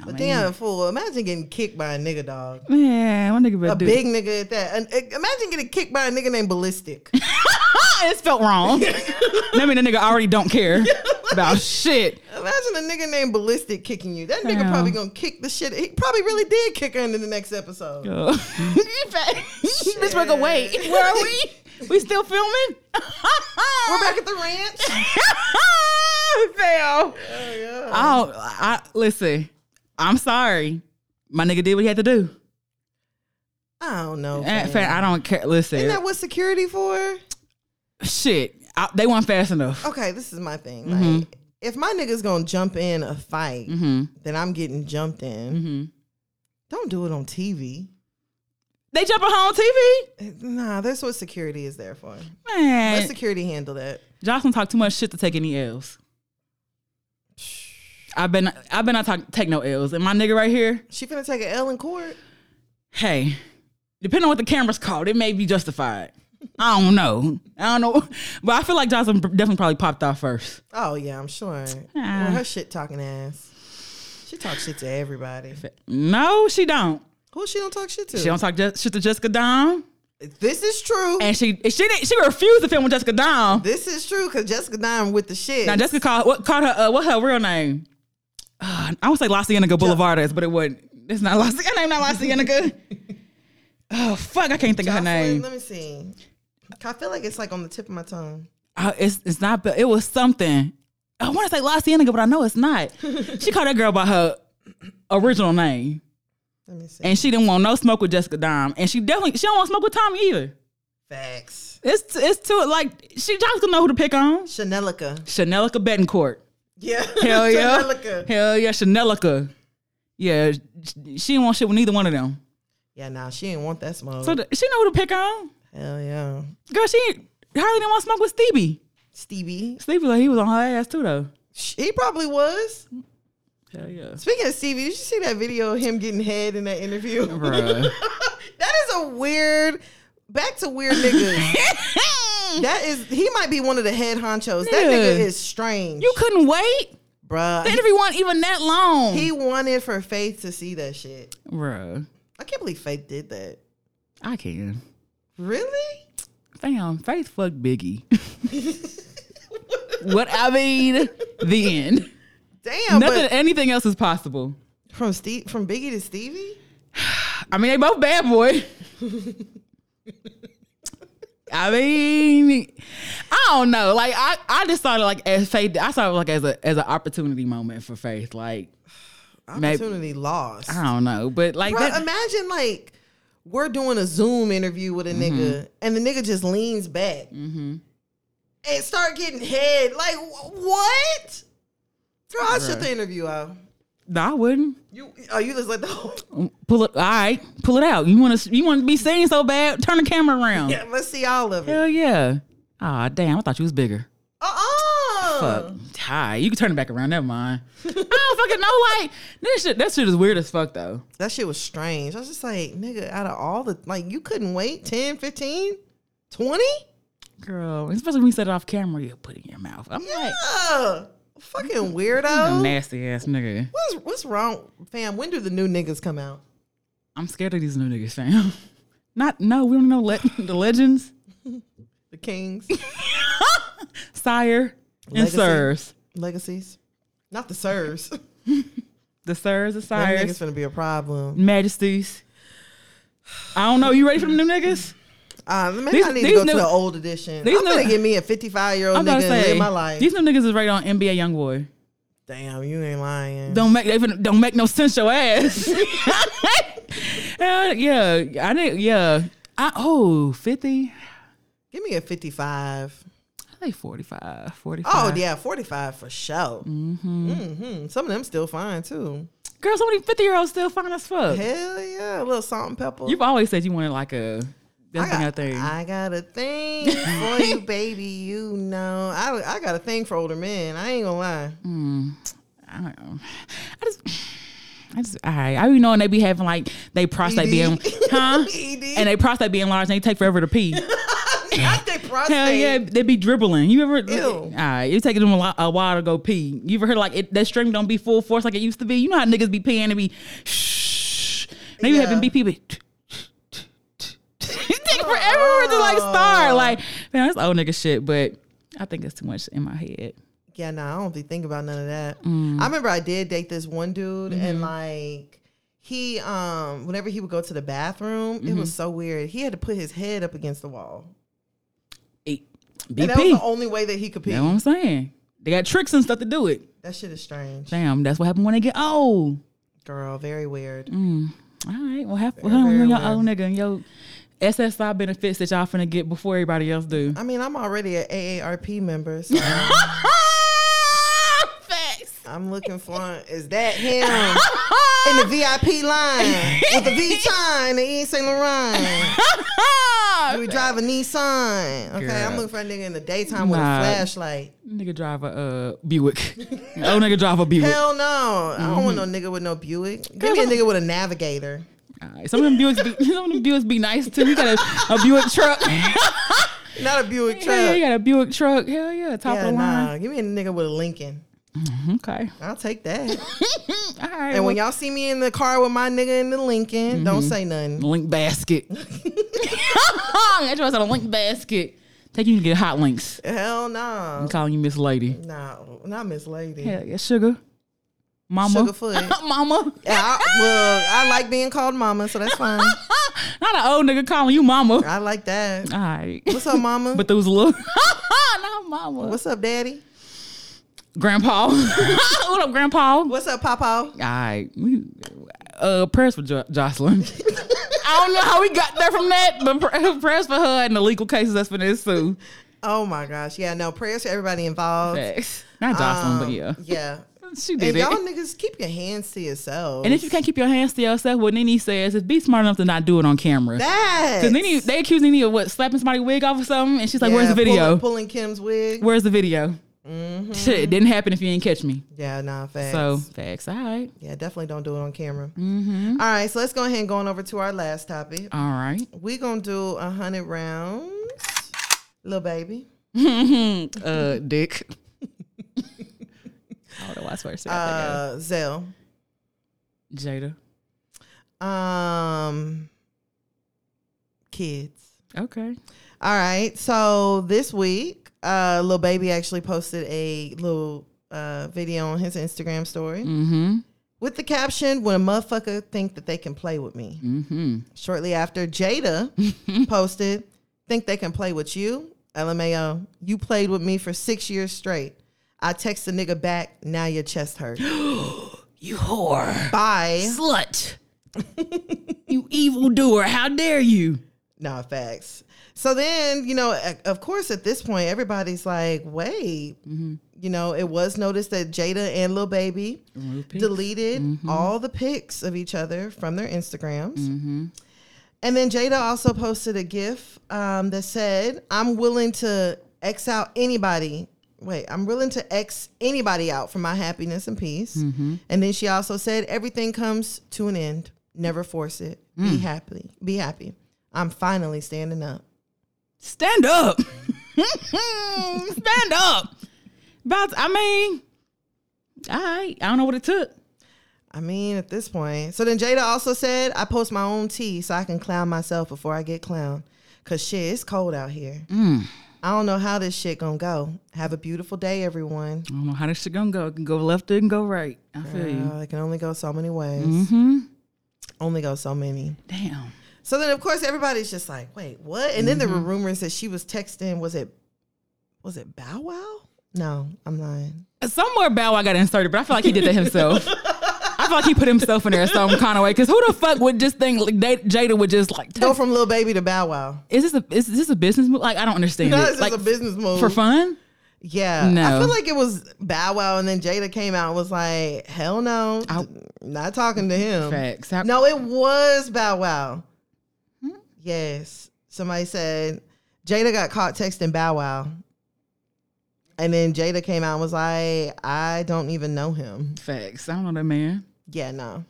Speaker 1: I
Speaker 2: But
Speaker 1: mean,
Speaker 2: damn, fool! Imagine getting kicked by a nigga dog,
Speaker 1: Man, one nigga better
Speaker 2: a
Speaker 1: do.
Speaker 2: big nigga at that. And, uh, imagine getting kicked by a nigga named Ballistic.
Speaker 1: Ah, It's felt wrong. I mean, the nigga already don't care about shit.
Speaker 2: Imagine a nigga named Ballistic kicking you. That nigga
Speaker 1: Yeah.
Speaker 2: probably gonna kick the shit. He probably really did kick her into the next episode.
Speaker 1: Uh, Miss Burger, wait, where are we? We still filming?
Speaker 2: We're back at the ranch.
Speaker 1: Fail.
Speaker 2: Hell yeah.
Speaker 1: Oh, I listen. I'm sorry. My nigga did what he had to do.
Speaker 2: I don't know.
Speaker 1: Eh,
Speaker 2: fam.
Speaker 1: fam, I don't care. Listen,
Speaker 2: Isn't that what security for?
Speaker 1: shit. I, they weren't fast enough.
Speaker 2: Okay, this is my thing. Like, if my nigga's gonna jump in a fight, then I'm getting jumped in. Don't do it on TV.
Speaker 1: They jump on home TV.
Speaker 2: Eh, Nah, that's what security is there for. Let
Speaker 1: Man,
Speaker 2: security handle that.
Speaker 1: Jocelyn talk too much shit to take any L's. I've been I've been not talk, take no L's, and my nigga right here.
Speaker 2: She finna take an L in court.
Speaker 1: Hey, depending on what the camera's called, it may be justified. I don't know. I don't know, but I feel like Jocelyn definitely probably popped off first.
Speaker 2: Oh yeah, I'm sure.
Speaker 1: Ah.
Speaker 2: Well, her shit talking ass. She talks shit to everybody.
Speaker 1: No, she don't.
Speaker 2: Who she don't talk shit to?
Speaker 1: She don't talk Je- shit to Jessica Down,
Speaker 2: this is true.
Speaker 1: and she she didn't, she refused to film with Jessica Down.
Speaker 2: This is true because Jessica Dime with the shit.
Speaker 1: Now Jessica called what called her uh, what her real name? Uh, I would say La Cienega Boulevard is, but it wasn't. It's not La Cienega. Her name not La Cienega. oh fuck, I can't think of her
Speaker 2: Jocelyn,
Speaker 1: name.
Speaker 2: Let me see. I feel like it's like on the tip of my tongue.
Speaker 1: Uh, it's it's not. But it was something. I want to say La Cienega, but I know it's not. she called that girl by her original name,
Speaker 2: Let me see.
Speaker 1: and she didn't want no smoke with Jessica Dime, and she definitely she don't want smoke with Tommy either.
Speaker 2: Facts.
Speaker 1: It's it's too like she just gonna know who to pick on.
Speaker 2: Chanelica.
Speaker 1: Chanelica Betancourt.
Speaker 2: Yeah.
Speaker 1: Hell yeah.
Speaker 2: Chanelica.
Speaker 1: Hell yeah, Chanelica. Yeah, sh- she didn't want shit with neither one of them.
Speaker 2: Yeah, nah, she didn't want that smoke.
Speaker 1: So th- she know who to pick on.
Speaker 2: Hell yeah.
Speaker 1: Girl, she ain't- hardly didn't want to smoke with Stevie.
Speaker 2: Stevie.
Speaker 1: Stevie, like, he was on her ass too, though.
Speaker 2: He probably was.
Speaker 1: Hell yeah.
Speaker 2: Speaking of Stevie, did you see that video of him getting head in that interview?
Speaker 1: Bruh.
Speaker 2: that is a weird. Back to weird niggas. that is he might be one of the head honchos. That nigga
Speaker 1: Yeah.
Speaker 2: is strange,
Speaker 1: you couldn't wait?
Speaker 2: bruh.
Speaker 1: The interview wasn't even that long.
Speaker 2: He wanted for Faith to see that shit.
Speaker 1: Bruh,
Speaker 2: I can't believe Faith did that.
Speaker 1: I can.
Speaker 2: Really?
Speaker 1: Damn, Faith fuck Biggie. what I mean, the end.
Speaker 2: Damn.
Speaker 1: Nothing,
Speaker 2: But
Speaker 1: anything else is possible.
Speaker 2: from Steve, from Biggie to Stevie.
Speaker 1: I mean, they both bad boy. I mean, I don't know. Like, I, I just saw it like as faith. I saw it like as a as an opportunity moment for faith. Like, Maybe-
Speaker 2: Opportunity lost.
Speaker 1: I don't know, but like
Speaker 2: Bruh, um,
Speaker 1: that.
Speaker 2: imagine like we're doing a Zoom interview with a
Speaker 1: Mm-hmm.
Speaker 2: nigga, and the nigga just leans back and start getting head. Like wh- what? Girl, I shut the interview out.
Speaker 1: No, I wouldn't Um,
Speaker 2: You oh you just like the whole
Speaker 1: pull it. All right, pull it out. You want to you want to be seen so bad? Turn the camera around.
Speaker 2: yeah, let's see all of it.
Speaker 1: Hell yeah. Ah, damn. I thought you was bigger.
Speaker 2: Uh
Speaker 1: Fuck.
Speaker 2: uh
Speaker 1: Hi. You can turn it back around. Never mind. I don't fucking know. Like this shit. That shit is weird as fuck though.
Speaker 2: That shit was strange. I was just like, nigga, out of all the like you couldn't wait 10, 15, 20?
Speaker 1: Girl, especially when you set it off camera, you put it in your mouth. I'm like,
Speaker 2: Yeah. Fucking
Speaker 1: a
Speaker 2: weirdo.
Speaker 1: nasty ass nigga.
Speaker 2: What's what's wrong, fam? When do the new niggas come out?
Speaker 1: I'm scared of these new niggas, fam. Not no, we don't know le- the legends,
Speaker 2: The kings?
Speaker 1: sire and
Speaker 2: Legacy.
Speaker 1: sirs.
Speaker 2: legacies. Not the sirs. Them
Speaker 1: The sirs, the
Speaker 2: niggas
Speaker 1: sires,
Speaker 2: gonna be a problem.
Speaker 1: majesties. I don't know. You ready for the new niggas?
Speaker 2: Uh, maybe
Speaker 1: These-
Speaker 2: I need to
Speaker 1: these
Speaker 2: go
Speaker 1: new-
Speaker 2: to the old edition.
Speaker 1: these
Speaker 2: I'm gonna
Speaker 1: new-
Speaker 2: give me a 55 year old
Speaker 1: I'm about
Speaker 2: nigga
Speaker 1: to
Speaker 2: and live
Speaker 1: say
Speaker 2: my life.
Speaker 1: these new niggas is right on NBA YoungBoy.
Speaker 2: Damn, you ain't lying.
Speaker 1: Don't make they finna- don't make no sense your ass. Hell yeah, I didn't. Yeah, I oh 50.
Speaker 2: Give me a 55.
Speaker 1: I think 45, 45.
Speaker 2: Oh yeah, 45 for sure. Mm-hmm. hmm Some of them still fine too.
Speaker 1: Girl, so many 50 year olds still fine as fuck.
Speaker 2: Hell yeah, a little salt and pepper.
Speaker 1: You've always said you wanted like a
Speaker 2: I
Speaker 1: that thing, that
Speaker 2: got,
Speaker 1: thing.
Speaker 2: I got a thing for you, baby. You know, I I got a thing for older men. I ain't gonna lie.
Speaker 1: Mm. I don't know. I just, I just, all right. I be knowing they be having like they prostate
Speaker 2: ED.
Speaker 1: being, huh?
Speaker 2: ED.
Speaker 1: And they prostate being large and they take forever to pee.
Speaker 2: Not they prostate.
Speaker 1: Hell yeah, they be dribbling. You ever?
Speaker 2: Ew.
Speaker 1: All right, it taking them a, lot, a while to go pee. You ever heard like it, that stream don't be full force like it used to be? You know how niggas be peeing and be shh. Maybe
Speaker 2: Yeah.
Speaker 1: having BP, but it take forever for it to like start. Like man, that's old nigga shit. But I think it's too much in my head.
Speaker 2: Yeah, no, I don't be thinking about none of that.
Speaker 1: Mm.
Speaker 2: I remember I did date this one dude,
Speaker 1: Mm-hmm.
Speaker 2: and like he, um, whenever he would go to the bathroom,
Speaker 1: Mm-hmm.
Speaker 2: it was so weird. He had to put his head up against the wall,
Speaker 1: Eight
Speaker 2: and that was the
Speaker 1: BP.
Speaker 2: only way that he could pee.
Speaker 1: That's what I'm saying. They got tricks and stuff to do it.
Speaker 2: That shit is strange,
Speaker 1: Damn, that's what happened when they get old.
Speaker 2: girl. Very weird.
Speaker 1: Mm. All right, well, have fun
Speaker 2: very
Speaker 1: with your
Speaker 2: well.
Speaker 1: old nigga and your SSI benefits that y'all finna get before everybody else do.
Speaker 2: I mean, I'm already an AARP member, so I'm looking for is that him in the VIP line with the V sign and he ain't Saint Laurent. We drive a Nissan. Okay, I'm
Speaker 1: Girl.
Speaker 2: looking for a nigga in the daytime with a
Speaker 1: Nah.
Speaker 2: flashlight.
Speaker 1: nigga drive a uh, Buick. oh, nigga drive a Buick.
Speaker 2: Hell no. I don't want
Speaker 1: Mm-hmm.
Speaker 2: no nigga with no Buick. Give me a nigga with a navigator.
Speaker 1: Alright, some of them Buicks, be, some of them Buicks be nice too. You got a, a Buick truck.
Speaker 2: Not a Buick truck.
Speaker 1: Yeah, you got a Buick truck. Hell yeah, top
Speaker 2: Yeah,
Speaker 1: of the line.
Speaker 2: nah. Give me a nigga with a Lincoln.
Speaker 1: Okay,
Speaker 2: I'll take that.
Speaker 1: all right.
Speaker 2: and when
Speaker 1: well,
Speaker 2: y'all see me in the car with my nigga in the Lincoln, don't
Speaker 1: Mm-hmm.
Speaker 2: say nothing.
Speaker 1: link basket, that's why I said a link basket. Take you to get hot links.
Speaker 2: Hell no.
Speaker 1: I'm calling you Miss Lady.
Speaker 2: No, not Miss Lady.
Speaker 1: Hell yeah, sugar, mama,
Speaker 2: Sugarfoot.
Speaker 1: mama.
Speaker 2: Yeah, I, well, I like being called mama, so that's fine.
Speaker 1: Not an old nigga calling you mama.
Speaker 2: I like that.
Speaker 1: All right,
Speaker 2: What's up, mama?
Speaker 1: but those little, not mama,
Speaker 2: What's up, daddy?
Speaker 1: grandpa. what up, grandpa?
Speaker 2: What's up, papa?
Speaker 1: All right, we uh prayers for jo- Jocelyn. I don't know how we got there from that, but pr- prayers for her and the legal cases that's for this too.
Speaker 2: Oh my gosh. Yeah, no, prayers to everybody involved.
Speaker 1: Facts. Not Jocelyn,
Speaker 2: Um,
Speaker 1: but yeah,
Speaker 2: Yeah.
Speaker 1: she
Speaker 2: And
Speaker 1: did it.
Speaker 2: y'all niggas keep your hands to yourselves.
Speaker 1: And if you can't keep your hands to yourself, what Nene says is be smart enough to not do it on camera.
Speaker 2: that
Speaker 1: Because Nene, they accuse Nene of what slapping somebody's wig off or something, and she's like, "Where's the video?
Speaker 2: Pulling, pulling Kim's wig.
Speaker 1: Where's the video? Shit, it didn't happen if you didn't catch me."
Speaker 2: Yeah, nah, facts.
Speaker 1: So Mm-hmm. facts. All right,
Speaker 2: yeah, definitely don't do it on camera. All right, so let's go ahead and go on over to our last topic.
Speaker 1: all right.
Speaker 2: we gonna do a hundred rounds, little baby.
Speaker 1: uh, dick. I don't know why I swear to uh,
Speaker 2: Uh, Zell.
Speaker 1: Jada.
Speaker 2: Um, kids.
Speaker 1: Okay.
Speaker 2: All right. So this week, uh, little baby actually posted a little uh, video on his Instagram story
Speaker 1: Mm-hmm.
Speaker 2: with the caption, "When a motherfucker think that they can play with me."
Speaker 1: Mm-hmm.
Speaker 2: Shortly after, Jada posted, "Think they can play with you?" LMAO. You played with me for six years straight. I text the nigga back. Now your chest hurt.
Speaker 1: You whore.
Speaker 2: Bye.
Speaker 1: Slut. you evil doer. How dare you?
Speaker 2: No facts. So then, you know, a- of course, at this point, everybody's like, wait, you know, it was noticed that Jada and Lil Baby deleted all the pics of each other from their Instagrams. And then Jada also posted a GIF um, that said, I'm willing to X out anybody. Wait, I'm willing to X anybody out for my happiness and peace. And then she also said, Everything comes to an end. Never force it. Be happy. Be happy. I'm finally standing up.
Speaker 1: Stand up. Stand up. About I mean, all right. I don't know what it took.
Speaker 2: I mean, at this point. So then Jada also said, I post my own tea so I can clown myself before I get clowned. Cause shit, it's cold out here. I don't know how this shit gonna go. Have a beautiful day, everyone.
Speaker 1: I don't know how this shit gonna go. It can go left, it can go right. I feel you.
Speaker 2: Uh, it can only go so many ways.
Speaker 1: Mm-hmm.
Speaker 2: Only go so many.
Speaker 1: Damn.
Speaker 2: So then, of course, everybody's just like, "Wait, what?" And then there
Speaker 1: Mm-hmm.
Speaker 2: were rumors that she was texting. Was it, was it Bow Wow? No, I'm lying.
Speaker 1: Somewhere Bow Wow got inserted, but I feel like he did that himself. I feel like he put himself in there some kind of way. Because who the fuck would just think like, they- Jada would just like?
Speaker 2: Go from Lil Baby to Bow Wow.
Speaker 1: Is this a is this a business move? Like I don't understand
Speaker 2: No,
Speaker 1: it.
Speaker 2: this is
Speaker 1: like
Speaker 2: a business move
Speaker 1: for fun.
Speaker 2: Yeah, I
Speaker 1: No.
Speaker 2: feel like it was Bow Wow, and then Jada came out and was like, "Hell no,
Speaker 1: I-
Speaker 2: not talking to him."
Speaker 1: Facts. I-
Speaker 2: No, it was Bow Wow. Yes. Somebody said Jada got caught texting Bow Wow. And then Jada came out and was like, I don't even know him.
Speaker 1: Facts. I don't know that man.
Speaker 2: Yeah, no.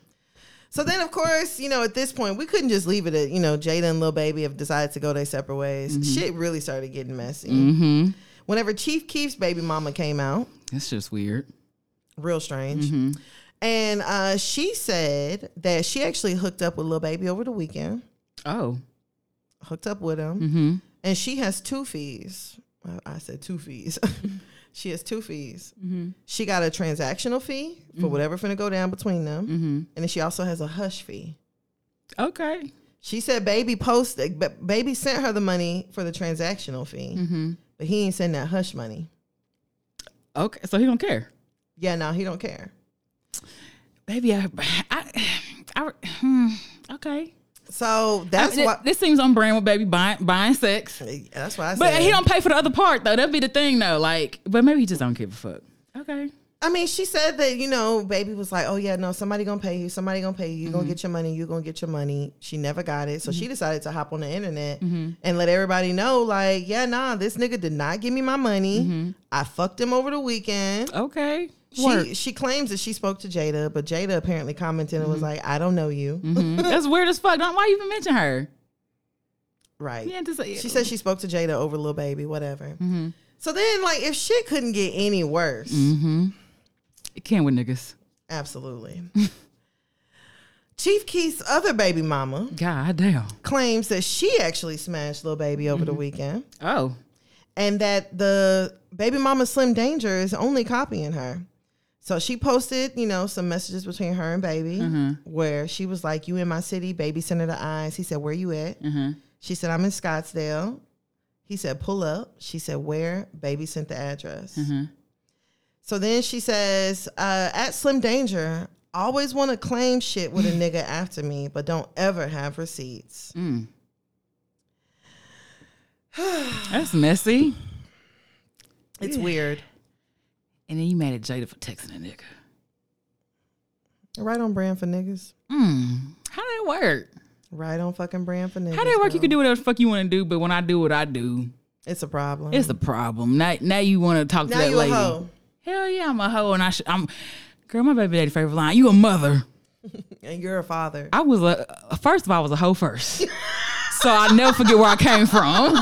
Speaker 2: So then, of course, you know, at this point, we couldn't just leave it at, you know, Jada and Lil Baby have decided to go their separate ways. Shit really started getting messy.
Speaker 1: Mm-hmm.
Speaker 2: Whenever Chief Keef's baby mama came out,
Speaker 1: That's just weird.
Speaker 2: real strange. And uh, she said that she actually hooked up with Lil Baby over the weekend,
Speaker 1: Oh.
Speaker 2: hooked up with him.
Speaker 1: Mm-hmm.
Speaker 2: and she has two fees. Well, I said two fees. she has two fees.
Speaker 1: Mm-hmm.
Speaker 2: She got a transactional fee for whatever finna go down between them,
Speaker 1: Mm-hmm.
Speaker 2: and then she also has a hush fee.
Speaker 1: Okay.
Speaker 2: She said baby posted, but baby sent her the money for the transactional fee,
Speaker 1: Mm-hmm.
Speaker 2: but he ain't send that hush money.
Speaker 1: Okay. So he don't care.
Speaker 2: Yeah, no, he don't care.
Speaker 1: Baby, I, I, I hmm. okay.
Speaker 2: So
Speaker 1: I-
Speaker 2: that's
Speaker 1: thi-
Speaker 2: why.
Speaker 1: this seems on brand with baby buying buying sex,
Speaker 2: that's why I said.
Speaker 1: but he don't pay for the other part though. That'd be the thing though. Like, but maybe he just don't give a fuck. Okay.
Speaker 2: I mean, she said that you know, baby was like, "Oh yeah, no, somebody gonna pay you. Somebody gonna pay you. You gonna
Speaker 1: Mm-hmm.
Speaker 2: get your money. You gonna get your money." She never got it, so she decided to hop on the internet
Speaker 1: Mm-hmm.
Speaker 2: and let everybody know, like, "Yeah, nah, this nigga did not give me my money. I fucked him over the weekend."
Speaker 1: Okay. Mm-hmm. Work.
Speaker 2: She she claims that she spoke to Jada, but Jada apparently commented and
Speaker 1: Mm-hmm.
Speaker 2: was like, "I don't know you."
Speaker 1: That's weird as fuck. Don't- Why you even mention her?
Speaker 2: Right.
Speaker 1: Yeah, just Mm-hmm. like,
Speaker 2: She said she spoke to Jada over little baby, whatever. So then, like, if shit couldn't get any worse,
Speaker 1: Mm-hmm. it can with niggas.
Speaker 2: absolutely. Chief Keith's other baby mama
Speaker 1: God damn.
Speaker 2: claims that she actually smashed little baby over the weekend,
Speaker 1: Oh.
Speaker 2: and that the baby mama Slim Danger is only copying her. So she posted, you know, some messages between her and baby, where she was like, "You in my city, baby?" Sent her the eyes. He said, "Where you at?"
Speaker 1: Uh-huh.
Speaker 2: She said, I'm in Scottsdale. He said, pull up. She said, where? Baby sent the address. So then she says, uh, at Slim Danger, always want to claim shit with a nigga after me, but don't ever have receipts.
Speaker 1: Mm. That's messy.
Speaker 2: It's weird.
Speaker 1: And then you mad at Jada for texting a nigga.
Speaker 2: Right on brand for niggas.
Speaker 1: Mm. How did it work?
Speaker 2: Right on fucking brand for niggas.
Speaker 1: How did it work? You
Speaker 2: girl.
Speaker 1: can do whatever the fuck you want to do, but when I do what I do,
Speaker 2: It's a problem.
Speaker 1: it's a problem. Now, now you want to talk to
Speaker 2: now
Speaker 1: that
Speaker 2: you
Speaker 1: lady.
Speaker 2: a hoe.
Speaker 1: Hell yeah, I'm a hoe, and I should. I'm girl. My baby daddy favorite line. You a mother.
Speaker 2: And you're a father.
Speaker 1: I was a first of all, I was a hoe first, so I never forget where I came from.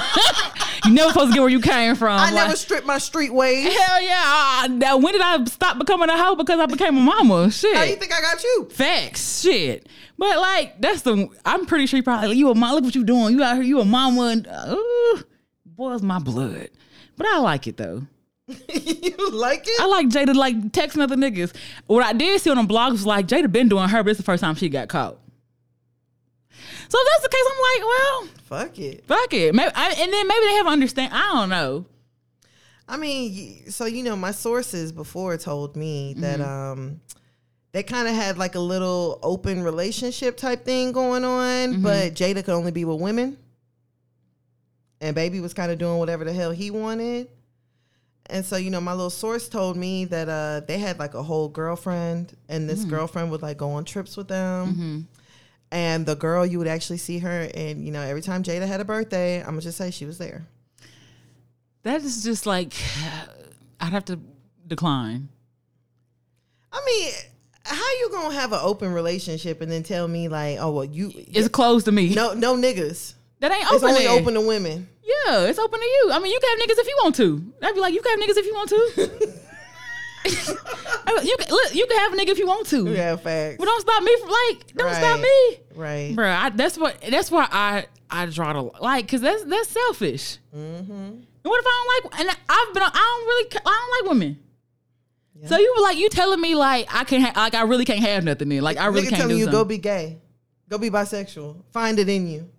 Speaker 1: you never supposed to get where you came from.
Speaker 2: I,
Speaker 1: Like,
Speaker 2: never stripped my street ways.
Speaker 1: Hell yeah! I- now, when did I stop becoming a hoe? Because I became a mama. Shit.
Speaker 2: How you think I got you?
Speaker 1: Facts, shit. But like, that's the. I'm pretty sure you probably like, you a mom. Look what you doing. You out here. You a mama. And, uh, ooh, boils my blood. But I like it though.
Speaker 2: you like it?
Speaker 1: I like Jada like texting other niggas. What I did see on the blog was like Jada been doing her, but it's the first time she got caught. So if that's the case, I'm like, well,
Speaker 2: Fuck it.
Speaker 1: fuck it. Maybe, I, and then maybe they have understand. I don't know.
Speaker 2: I mean, y- so you know, my sources before told me that um they kind of had like a little open relationship type thing going on, but Jada could only be with women. And baby was kind of doing whatever the hell he wanted. And so, you know, my little source told me that uh they had like a whole girlfriend and this girlfriend would like go on trips with them. And the girl, you would actually see her, and you know, every time Jada had a birthday, I'm gonna just say she was there.
Speaker 1: That is just like I'd have to decline.
Speaker 2: I mean, how you gonna have an open relationship and then tell me like, oh well, you
Speaker 1: It's closed to me.
Speaker 2: no no niggas.
Speaker 1: that ain't open.
Speaker 2: It's only
Speaker 1: there.
Speaker 2: open to women.
Speaker 1: Yeah, it's open to you. I mean, you can have niggas if you want to. I'd be like, you can have niggas if you want to. I mean, you can, look, you can have a nigga if you want to.
Speaker 2: Yeah, facts.
Speaker 1: But don't stop me from like, don't stop
Speaker 2: Right.
Speaker 1: me,
Speaker 2: Right.
Speaker 1: bro. I, that's what that's why I I draw the like, cause that's that's selfish. And
Speaker 2: Mm-hmm.
Speaker 1: what if I don't like? And I've been I don't really ca- I don't like women. So you were like you telling me like I can't ha- like I really can't have nothing then like I really
Speaker 2: Nigga
Speaker 1: can't do
Speaker 2: telling you
Speaker 1: something.
Speaker 2: go be gay, go be bisexual. Find it in you.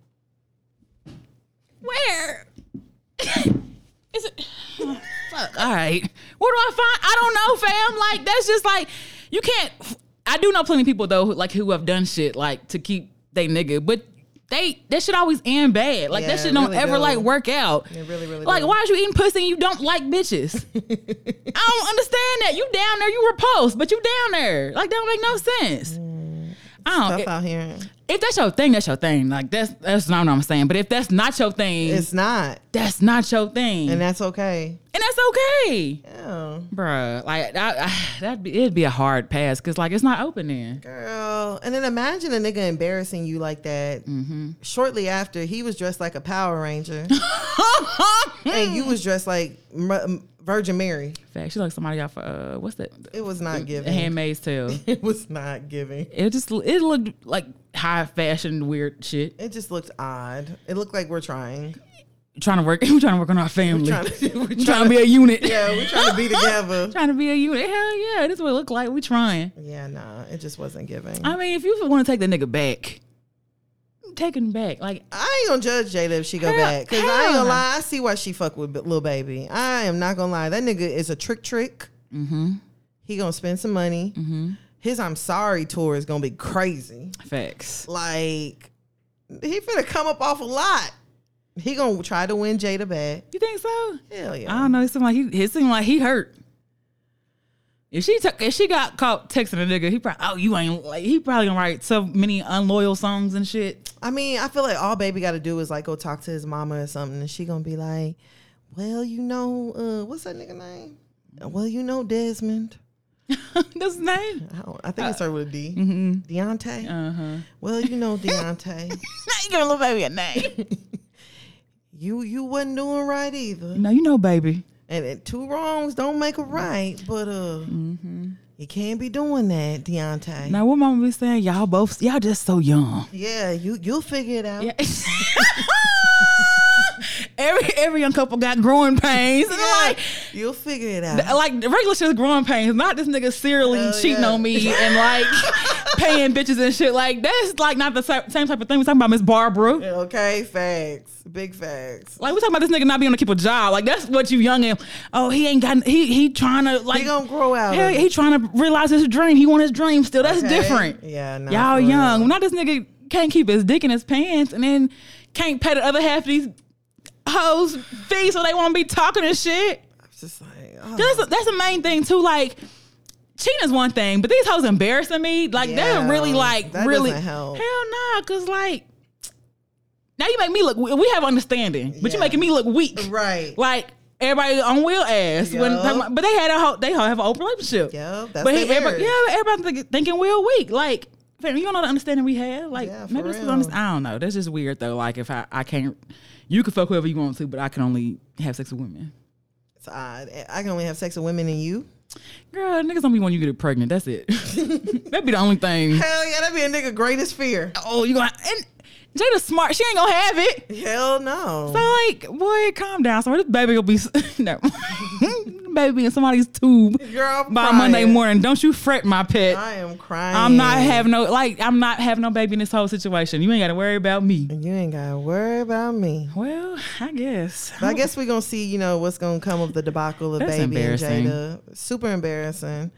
Speaker 1: Where? Is it? Fuck. All right. Where do I find? I don't know, fam. Like that's just like you can't. I do know plenty of people though, who, like who have done shit like to keep they nigga, but they that shit always end bad. Like
Speaker 2: Yeah,
Speaker 1: that shit
Speaker 2: it
Speaker 1: don't
Speaker 2: really
Speaker 1: ever
Speaker 2: do.
Speaker 1: like work out.
Speaker 2: It really really.
Speaker 1: Like
Speaker 2: do.
Speaker 1: why is you eating pussy and you don't like bitches? I don't understand that. You down there, you repulsed, but you down there. Like that don't make no sense.
Speaker 2: Mm.
Speaker 1: I don't.
Speaker 2: Tough out here.
Speaker 1: if that's your thing, that's your thing. Like that's that's not what I'm saying. But if that's not your thing,
Speaker 2: It's not,
Speaker 1: that's not your thing,
Speaker 2: and
Speaker 1: and,
Speaker 2: that's okay.
Speaker 1: that's okay,
Speaker 2: Yeah.
Speaker 1: bruh. Like that, that'd be it'd be a hard pass because like it's not open then.
Speaker 2: Girl, and then imagine a nigga embarrassing you like that.
Speaker 1: Mm-hmm.
Speaker 2: Shortly after, he was dressed like a Power Ranger, and you was dressed like M- Virgin Mary.
Speaker 1: Fact, she like somebody off uh, what's that?
Speaker 2: It was not
Speaker 1: The
Speaker 2: giving.
Speaker 1: Handmaid's Tale.
Speaker 2: It was not giving.
Speaker 1: It just it looked like high fashion weird shit.
Speaker 2: It just looked odd. It looked like we're trying.
Speaker 1: Trying to work, we're trying to work on our family.
Speaker 2: Trying to, we're
Speaker 1: We're
Speaker 2: trying,
Speaker 1: trying to be a unit.
Speaker 2: yeah, we're trying to be together.
Speaker 1: trying to be a unit. Hell yeah, this is what it look like. We trying.
Speaker 2: Yeah, nah, it just wasn't giving.
Speaker 1: I mean, if you want to take the nigga back, take him back. Like
Speaker 2: I ain't gonna judge Jada if she go
Speaker 1: Hell-
Speaker 2: back. Cause I ain't
Speaker 1: hell.
Speaker 2: gonna lie, I see why she fuck with little baby. I am not gonna lie. That nigga is a trick trick. Mm-hmm. He gonna spend some money. Mm-hmm. His I'm sorry tour is gonna be crazy.
Speaker 1: facts.
Speaker 2: Like he finna come up off a lot. He gonna try to win Jada back.
Speaker 1: You think so?
Speaker 2: Hell
Speaker 1: I
Speaker 2: yeah.
Speaker 1: don't know. It seemed like he. It seemed like he hurt. If she took, if she got caught texting a nigga, he probably oh you ain't like he probably gonna write so many unloyal songs and shit.
Speaker 2: I mean, I feel like all baby got to do is like go talk to his mama or something, and she gonna be like, "Well, you know, uh, what's that nigga name? Well, you know, Desmond.
Speaker 1: That's his name.
Speaker 2: I, don't, I think it started with a D.
Speaker 1: Mm-hmm.
Speaker 2: Deontay.
Speaker 1: Uh-huh.
Speaker 2: Well, you know,
Speaker 1: Now
Speaker 2: Deontay.
Speaker 1: you giving little baby a name.
Speaker 2: you you wasn't doing right either,
Speaker 1: no, you know, baby.
Speaker 2: and uh, two wrongs don't make a right. But uh,
Speaker 1: Mm-hmm.
Speaker 2: you can't be doing that, Deontay.
Speaker 1: Now what mama be saying? Y'all both y'all just so young.
Speaker 2: Yeah, you you'll figure it out.
Speaker 1: Yeah. every every young couple got growing pains. And
Speaker 2: Yeah,
Speaker 1: like
Speaker 2: you'll figure it out.
Speaker 1: like regular shit's growing pains, not this nigga serially
Speaker 2: Hell
Speaker 1: cheating
Speaker 2: yeah.
Speaker 1: on me and like paying bitches and shit. Like that's like not the sa- same type of thing we talking about Miss Barbara.
Speaker 2: Okay, facts, big facts.
Speaker 1: Like we talking about this nigga not being able to keep a job. Like that's what you young and oh he ain't got he he trying to like
Speaker 2: He gonna grow out. of
Speaker 1: Hell,
Speaker 2: it.
Speaker 1: he trying to realize his dream. He want his dream still. That's
Speaker 2: Okay?
Speaker 1: different.
Speaker 2: Yeah, nah,
Speaker 1: Y'all
Speaker 2: for real.
Speaker 1: young. Not this nigga can't keep his dick in his pants and then can't pay the other half of these hoes fees so they won't be talking and shit.
Speaker 2: It's just like, oh.
Speaker 1: That's that's the main thing too. Like cheating is one thing, but these hoes embarrassing me. Like
Speaker 2: Yeah,
Speaker 1: they're really like
Speaker 2: that
Speaker 1: really
Speaker 2: doesn't help.
Speaker 1: hell nah, cause like now you make me look. We we have understanding, but
Speaker 2: Yeah.
Speaker 1: you making me look weak.
Speaker 2: right.
Speaker 1: Like everybody on wheel ass when,
Speaker 2: Yup.
Speaker 1: but they had a whole, they all have an open relationship.
Speaker 2: Yup, that's
Speaker 1: but he,
Speaker 2: their
Speaker 1: everybody, yeah,
Speaker 2: marriage.
Speaker 1: everybody think, thinking Will weak. Like fam, you don't know the understanding we have. Like
Speaker 2: Yeah, for
Speaker 1: maybe this is
Speaker 2: real.
Speaker 1: honest. I don't know. That's just weird though. Like if I I can't, you can fuck whoever you want to, but I can only have sex with women.
Speaker 2: It's odd. I can only have sex with women and you.
Speaker 1: Girl, niggas don't be when you get pregnant. That's it. That'd be the only thing.
Speaker 2: Hell yeah, that'd be a nigga greatest fear.
Speaker 1: Oh, you gonna and Jada's smart. She ain't gonna have it.
Speaker 2: Hell no.
Speaker 1: So like, boy, calm down. So this baby gonna be no, baby be in somebody's tube
Speaker 2: Girl, I'm
Speaker 1: by
Speaker 2: crying.
Speaker 1: Monday morning. Don't you fret, my pet.
Speaker 2: I am crying.
Speaker 1: I'm not having no like. I'm not having no baby in this whole situation. You ain't gotta worry about me.
Speaker 2: You ain't gotta worry about me.
Speaker 1: Well, I guess.
Speaker 2: But I guess we're gonna see, you know, what's gonna come of the debacle of
Speaker 1: That's
Speaker 2: baby and
Speaker 1: embarrassing. Mm.
Speaker 2: Jada. Super embarrassing.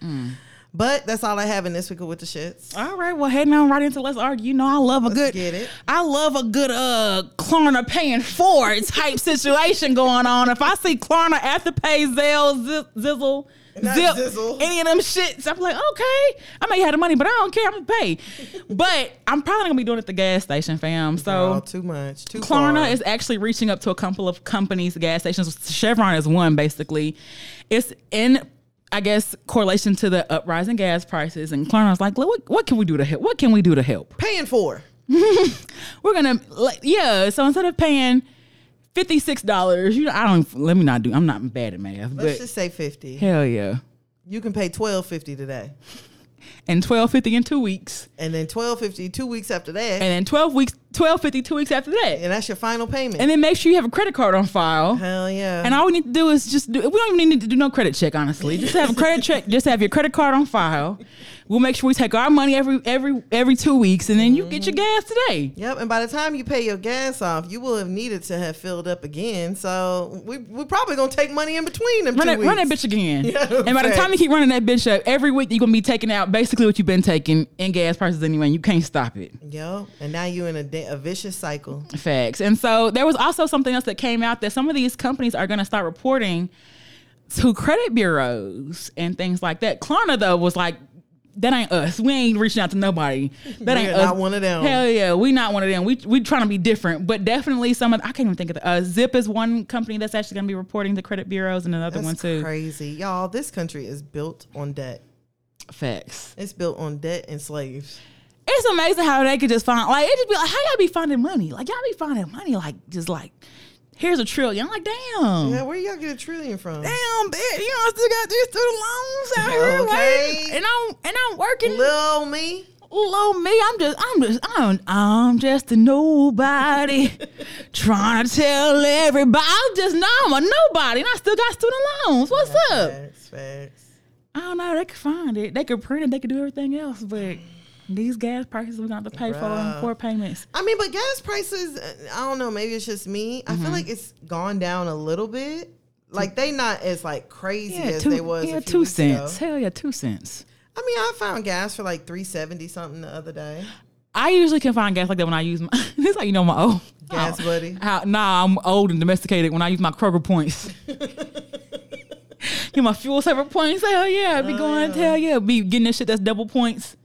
Speaker 2: But that's all I have in this week with the shits.
Speaker 1: All right, well, heading on right into let's argue. You know, I love a good,
Speaker 2: get it.
Speaker 1: I love a good uh Klarna paying forward type situation going on. If I see Klarna Afterpay, Zelle, Zi- Zizzle,
Speaker 2: Not
Speaker 1: Zip,
Speaker 2: Zizzle.
Speaker 1: any of them shits, I'm like, okay, I may have the money, but I don't care. I'm gonna pay. but I'm probably gonna be doing it at the gas station, fam. So.
Speaker 2: Oh, too much. Too far.
Speaker 1: Klarna is actually reaching up to a couple of companies, gas stations. Chevron is one, basically. It's in, I guess, correlation to the uprising gas prices. And Klarna's like, "Look, what, what can we do to help? What can we do to help?
Speaker 2: paying for.
Speaker 1: We're gonna, like, yeah. So instead of paying fifty six dollars, you know, I don't. Let me not do. I'm not bad at math,
Speaker 2: Let's
Speaker 1: but
Speaker 2: just say fifty.
Speaker 1: hell yeah.
Speaker 2: You can pay twelve fifty today.
Speaker 1: And twelve fifty in two weeks,
Speaker 2: And then twelve fifty two weeks after that.
Speaker 1: and then twelve weeks, twelve fifty two weeks after that,
Speaker 2: and that's your final payment.
Speaker 1: and then make sure you have a credit card on file.
Speaker 2: Hell yeah.
Speaker 1: And all we need to do is just do. We don't even need to do no credit check, honestly. Just have a credit check. Just have your credit card on file. We'll make sure we take our money every every every two weeks, and then you get your
Speaker 2: Mm-hmm.
Speaker 1: gas today.
Speaker 2: Yep, and by the time you pay your gas off, you will have needed to have filled up again. So we we're probably gonna take money in between them
Speaker 1: Run
Speaker 2: two
Speaker 1: that,
Speaker 2: weeks.
Speaker 1: run that bitch again.
Speaker 2: Yeah,
Speaker 1: and by the
Speaker 2: right.
Speaker 1: time you keep running that bitch up, every week you're gonna be taking out basically what you've been taking in gas prices anyway. And you can't stop it.
Speaker 2: Yep, and now you in a, da- a vicious cycle.
Speaker 1: Facts. And so there was also something else that came out that some of these companies are going to start reporting to credit bureaus and things like that. Klarna though was like, that ain't us. We ain't reaching out to nobody. That
Speaker 2: We
Speaker 1: ain't
Speaker 2: are
Speaker 1: us.
Speaker 2: not one of them.
Speaker 1: Hell yeah, we not one of them. We we trying to be different, but definitely some of I can't even think of the uh, Zip is one company that's actually going to be reporting to credit bureaus and another one
Speaker 2: That's
Speaker 1: too.
Speaker 2: crazy, y'all. This country is built on debt.
Speaker 1: Facts.
Speaker 2: It's built on debt and slaves.
Speaker 1: It's amazing how they could just find like it just be like how y'all be finding money like y'all be finding money like just like here's a trillion I'm like damn
Speaker 2: Yeah, where y'all get a trillion from?
Speaker 1: damn, bitch, you know, I still got these student loans out here,
Speaker 2: Okay.
Speaker 1: waiting. and I'm and I'm working.
Speaker 2: Lil me.
Speaker 1: Low me, I'm just, I'm just, I'm, I'm just a nobody, trying to tell everybody. I'm just, no, I'm a nobody, and I still got student loans. What's up?
Speaker 2: Facts, facts.
Speaker 1: I don't know. They could find it. They could print it. They could do everything else, but. These gas prices we're gonna have to pay for in
Speaker 2: Bruh.
Speaker 1: four payments.
Speaker 2: I mean, but gas prices, uh, I don't know, maybe it's just me. I
Speaker 1: Mm-hmm.
Speaker 2: feel like it's gone down a little bit. Like they not as like crazy as they was.
Speaker 1: yeah,
Speaker 2: a few
Speaker 1: two
Speaker 2: weeks ago.
Speaker 1: cents. Hell yeah, two cents.
Speaker 2: I mean, I found gas for like three seventy something the other day.
Speaker 1: I usually can find gas like that when I use my. this is how you know my old
Speaker 2: Gas
Speaker 1: Oh.
Speaker 2: buddy.
Speaker 1: How, nah, I'm old and domesticated when I use my Kroger points. get my fuel saver points. Hell yeah,
Speaker 2: Oh,
Speaker 1: I be going. Hell yeah, be getting this shit that's double points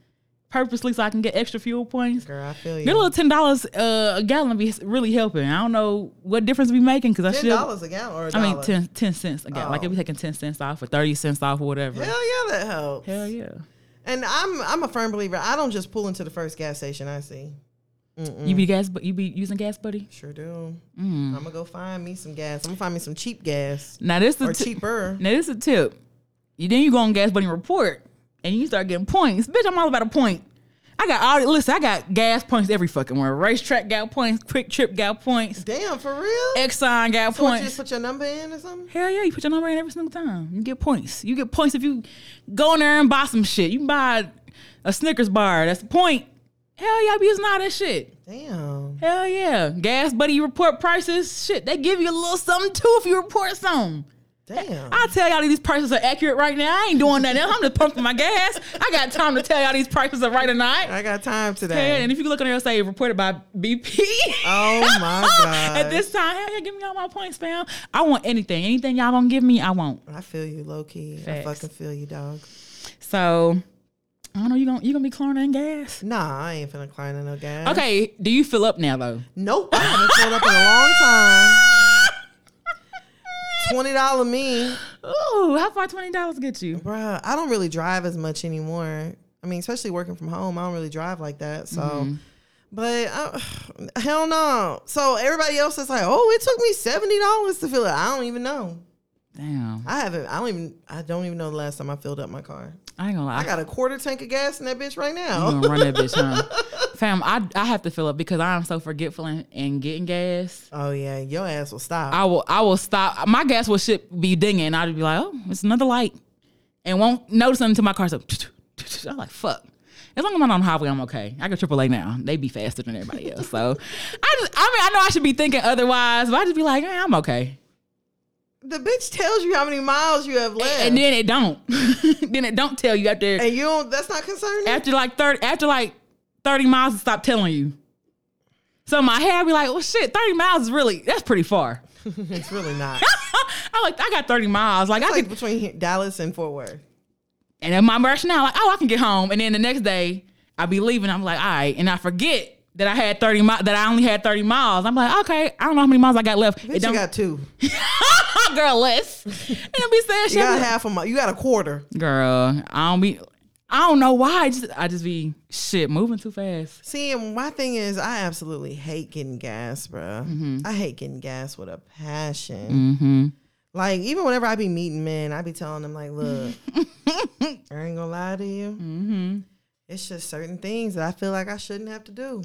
Speaker 1: purposely so I can get extra fuel points.
Speaker 2: Girl, I feel
Speaker 1: That
Speaker 2: you.
Speaker 1: little ten dollars uh, a gallon be really helping. I don't know what difference we making because I
Speaker 2: Ten
Speaker 1: should.
Speaker 2: dollars a gallon or a
Speaker 1: I mean,
Speaker 2: dollar?
Speaker 1: 10, 10 cents a gallon. Like
Speaker 2: Oh.
Speaker 1: if we taking ten cents off or thirty cents off or whatever.
Speaker 2: Hell yeah, that helps.
Speaker 1: Hell yeah.
Speaker 2: And I'm I'm a firm believer. I don't just pull into the first gas station I see.
Speaker 1: You be gas, but you be using gas, buddy.
Speaker 2: Sure do.
Speaker 1: Mm.
Speaker 2: I'm gonna go find me some gas. I'm gonna find me some cheap gas
Speaker 1: Now this
Speaker 2: or
Speaker 1: the ti-
Speaker 2: cheaper.
Speaker 1: now this a tip. You then you go on gas buddy report and you start getting points. Bitch, I'm all about a point. I got all listen. I got gas points every fucking where. Racetrack got points. Quick trip got points.
Speaker 2: Damn, for real?
Speaker 1: Exxon got
Speaker 2: So what, you just
Speaker 1: points.
Speaker 2: put your number in or something?
Speaker 1: Hell yeah, you put your number in every single time. You get points. You get points if you go in there and buy some shit. You can buy a Snickers bar. That's the point. Hell yeah, I be using all that shit.
Speaker 2: Damn.
Speaker 1: Hell yeah. Gas buddy you report prices. Shit, they give you a little something too if you report something.
Speaker 2: Damn.
Speaker 1: I tell y'all these prices are accurate right now. I ain't doing that. I'm just pumping my gas. I got time to tell y'all these prices are right or not.
Speaker 2: I got time
Speaker 1: Hell,
Speaker 2: today.
Speaker 1: And if you look on there, it'll say reported by BP.
Speaker 2: Oh my God.
Speaker 1: At this time, hell yeah, give me all my points, fam. I want anything. Anything y'all gonna give me, I want.
Speaker 2: I feel you, low key. I
Speaker 1: Facts.
Speaker 2: fucking feel you, dog.
Speaker 1: So I don't know. You gonna you gonna be chlorinating gas?
Speaker 2: Nah, I ain't finna climb in no gas.
Speaker 1: Okay. Do you fill up now though?
Speaker 2: Nope. I haven't filled up in a long time. Twenty dollar me,
Speaker 1: Ooh, how far twenty dollars get you?
Speaker 2: bruh. I don't really drive as much anymore. I mean, especially working from home, I don't really drive like that. So,
Speaker 1: Mm-hmm.
Speaker 2: but I, hell no. So everybody else is like, oh, it took me seventy dollars to fill it. I don't even know.
Speaker 1: Damn,
Speaker 2: I haven't. I don't even. I don't even know the last time I filled up my car.
Speaker 1: I ain't gonna lie.
Speaker 2: I got a quarter tank of gas in that bitch right
Speaker 1: You
Speaker 2: now.
Speaker 1: gonna run that bitch, huh? Fam, I, I have to fill up because I am so forgetful and, and getting gas.
Speaker 2: Oh yeah, your ass will stop.
Speaker 1: I will I will stop. My gas will shit be dinging. I'll be like, oh, it's another light, and won't notice until my car's up. I'm like, fuck. As long as I'm not on the highway, I'm okay. I got AAA now. They be faster than everybody else. So I just, I mean, I know I should be thinking otherwise, but I just be like, eh, I'm okay.
Speaker 2: the bitch tells you how many miles you have left,
Speaker 1: And then it don't. then it don't tell you after
Speaker 2: And you don't. That's not concerning.
Speaker 1: after like thirty after like thirty miles to stop telling you. So in my head, I be like, well, shit, thirty miles is really that's pretty far.
Speaker 2: it's really not.
Speaker 1: I like I got thirty miles, like I
Speaker 2: It's like
Speaker 1: could,
Speaker 2: between here- Dallas and Fort Worth.
Speaker 1: and in my rationale, like oh, I can get home, and then the next day I be leaving. I'm like, all right, and I forget that I had thirty miles, that I only had thirty miles. I'm like, okay, I don't know how many miles I got left. It
Speaker 2: Bitch, you
Speaker 1: don't,
Speaker 2: got two. You
Speaker 1: girl, less. and I be saying shit.
Speaker 2: got
Speaker 1: I'm like,
Speaker 2: half a mile. You got a quarter.
Speaker 1: Girl, I don't be, I don't know why. I just, I just be shit moving too fast.
Speaker 2: See, and my thing is, I absolutely hate getting gas, bruh. I hate getting gas with a passion. Like even whenever I be meeting men, I be telling them like, look, I ain't gonna lie to you. It's just certain things that I feel like I shouldn't have to do,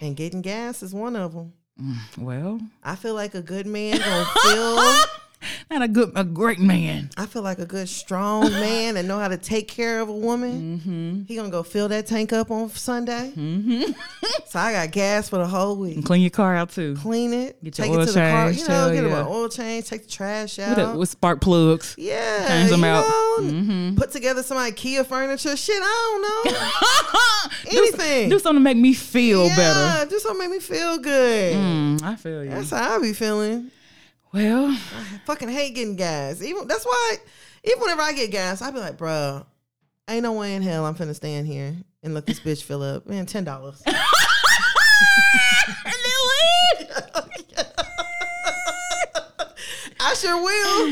Speaker 2: and getting gas is one of them.
Speaker 1: Well,
Speaker 2: I feel like a good man gonna feel.
Speaker 1: not a good, a great man.
Speaker 2: I feel like a good strong man that know how to take care of a woman. He gonna go fill that tank up on Sunday. so I got gas for the whole week.
Speaker 1: Clean your car out too.
Speaker 2: Clean it,
Speaker 1: Get your
Speaker 2: take
Speaker 1: oil
Speaker 2: it to the car.
Speaker 1: changed,
Speaker 2: You know,
Speaker 1: hell
Speaker 2: get
Speaker 1: yeah.
Speaker 2: an oil change, take the trash
Speaker 1: With,
Speaker 2: out.
Speaker 1: with spark plugs.
Speaker 2: yeah,
Speaker 1: Change them
Speaker 2: you
Speaker 1: out. Mm-hmm.
Speaker 2: know, Put together some IKEA furniture. Shit, I don't know.
Speaker 1: Do-
Speaker 2: Anything.
Speaker 1: Do, something to make me feel better.
Speaker 2: yeah, do something make me feel good.
Speaker 1: Mm, I feel you.
Speaker 2: That's how I be feeling.
Speaker 1: well,
Speaker 2: fucking hate getting gas. Even that's why, even whenever I get gas, I be like, bruh, ain't no way in hell I'm finna stand here and let this bitch fill up. Man, ten dollars.
Speaker 1: and then leave.
Speaker 2: I sure will.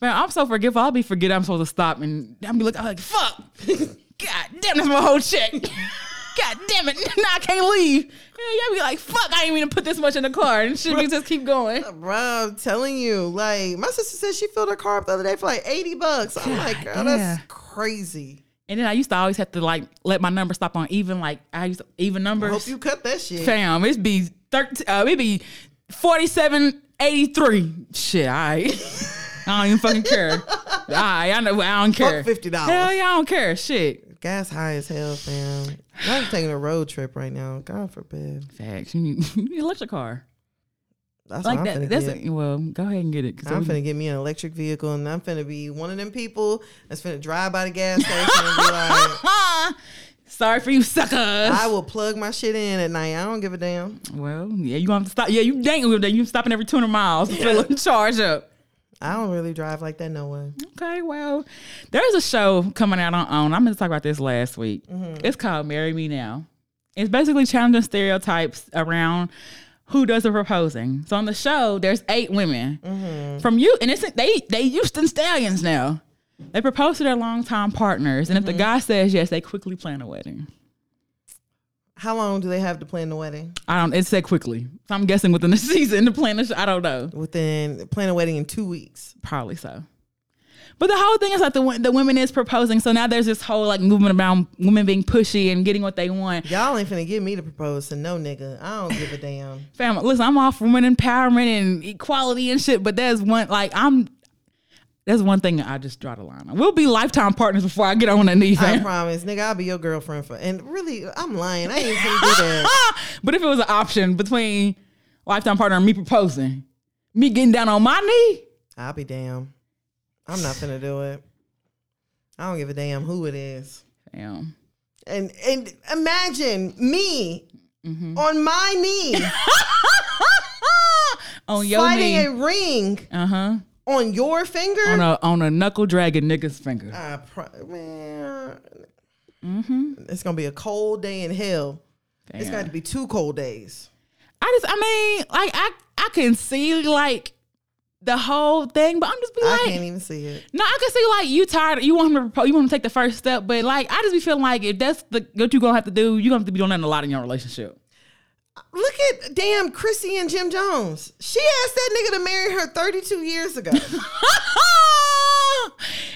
Speaker 1: Man, I'm so forgetful. I'll be forget I'm supposed to stop, and I'll be looking I'm like, fuck. God damn, that's my whole check. God damn it, now I can't leave. Yeah, y'all be like, fuck, I ain't even put this much in the car, and shit, we just keep going.
Speaker 2: Bruh, I'm telling you, like my sister said she filled her car up the other day for like 80 bucks. I'm like, girl,
Speaker 1: yeah.
Speaker 2: that's crazy.
Speaker 1: And then I used to always have to like let my number stop on even, like I used to, even numbers.
Speaker 2: Hope you cut that shit.
Speaker 1: Fam, it'd be 13, uh, it'd be 4783. Shit, all right. I don't even fucking care. All right, I know, I don't care.
Speaker 2: $50.
Speaker 1: Hell yeah, I don't care. Shit.
Speaker 2: Gas high as hell, fam. I'm taking a road trip right now. God forbid.
Speaker 1: Facts. You need, you need an electric car.
Speaker 2: That's
Speaker 1: Like
Speaker 2: what I'm
Speaker 1: that.
Speaker 2: finna
Speaker 1: That's
Speaker 2: get.
Speaker 1: it. well, go ahead and get it. 'cause
Speaker 2: I'm
Speaker 1: we-
Speaker 2: finna get me an electric vehicle and I'm finna be one of them people that's finna drive by the gas station and be like,
Speaker 1: Ah! Sorry for you suckers.
Speaker 2: I will plug my shit in at night. I don't give a damn.
Speaker 1: well, yeah, you gonna have to stop. Yeah, you dang with that. You stopping every 200 miles to fill up the charge up.
Speaker 2: I don't really drive like that. No one.
Speaker 1: Okay, well, there's a show coming out on OWN. I'm going to talk about this last week.
Speaker 2: Mm-hmm.
Speaker 1: It's called Marry Me Now. It's basically challenging stereotypes around who does the proposing. So on the show, there's eight women
Speaker 2: Mm-hmm.
Speaker 1: from you, and it's they they Houston Stallions now. They propose to their longtime partners, and if
Speaker 2: Mm-hmm.
Speaker 1: the guy says yes, they quickly plan a wedding.
Speaker 2: How long do they have to plan the wedding?
Speaker 1: I don't. It said quickly, so I'm guessing within the season to plan. The sh- I don't know.
Speaker 2: Within plan a wedding in two weeks.
Speaker 1: Probably so. But the whole thing is like the wo- the women is proposing, so now there's this whole like movement around women being pushy and getting what they want.
Speaker 2: Y'all ain't finna get me to propose to no nigga. I don't give a damn.
Speaker 1: Fam, listen, I'm all for women empowerment and equality and shit, but there's one like I'm. That's one thing I just draw the line on. We'll be lifetime partners before I get on a knee,
Speaker 2: I
Speaker 1: fam.
Speaker 2: promise, nigga, I'll be your girlfriend for. And really, I'm lying. I ain't finna do that.
Speaker 1: but if it was an option between lifetime partner and me proposing, me getting down on my knee,
Speaker 2: I'll be damn. I'm not finna do it. I don't give a damn who it is.
Speaker 1: fam.
Speaker 2: And and imagine me
Speaker 1: Mm-hmm.
Speaker 2: on my knee
Speaker 1: on your
Speaker 2: fighting
Speaker 1: knee,
Speaker 2: a ring
Speaker 1: uh huh,
Speaker 2: on your finger.
Speaker 1: on a on a knuckle dragging nigga's finger.
Speaker 2: I pro- man.
Speaker 1: Mm-hmm.
Speaker 2: It's gonna be a cold day in hell. It's
Speaker 1: Fam.
Speaker 2: got to be two cold days.
Speaker 1: I just, I mean, like I, I can see like the whole thing, but I'm just be
Speaker 2: I
Speaker 1: like,
Speaker 2: can't e- even see it.
Speaker 1: no, I can see like you tired, you want him to propose, you want him to take the first step, but like I just be feeling like if that's the what you gonna have to do, you are gonna have to be doing that a lot in your relationship.
Speaker 2: Look at damn Chrissy and Jim Jones. She asked that nigga to marry her 32 years ago, and,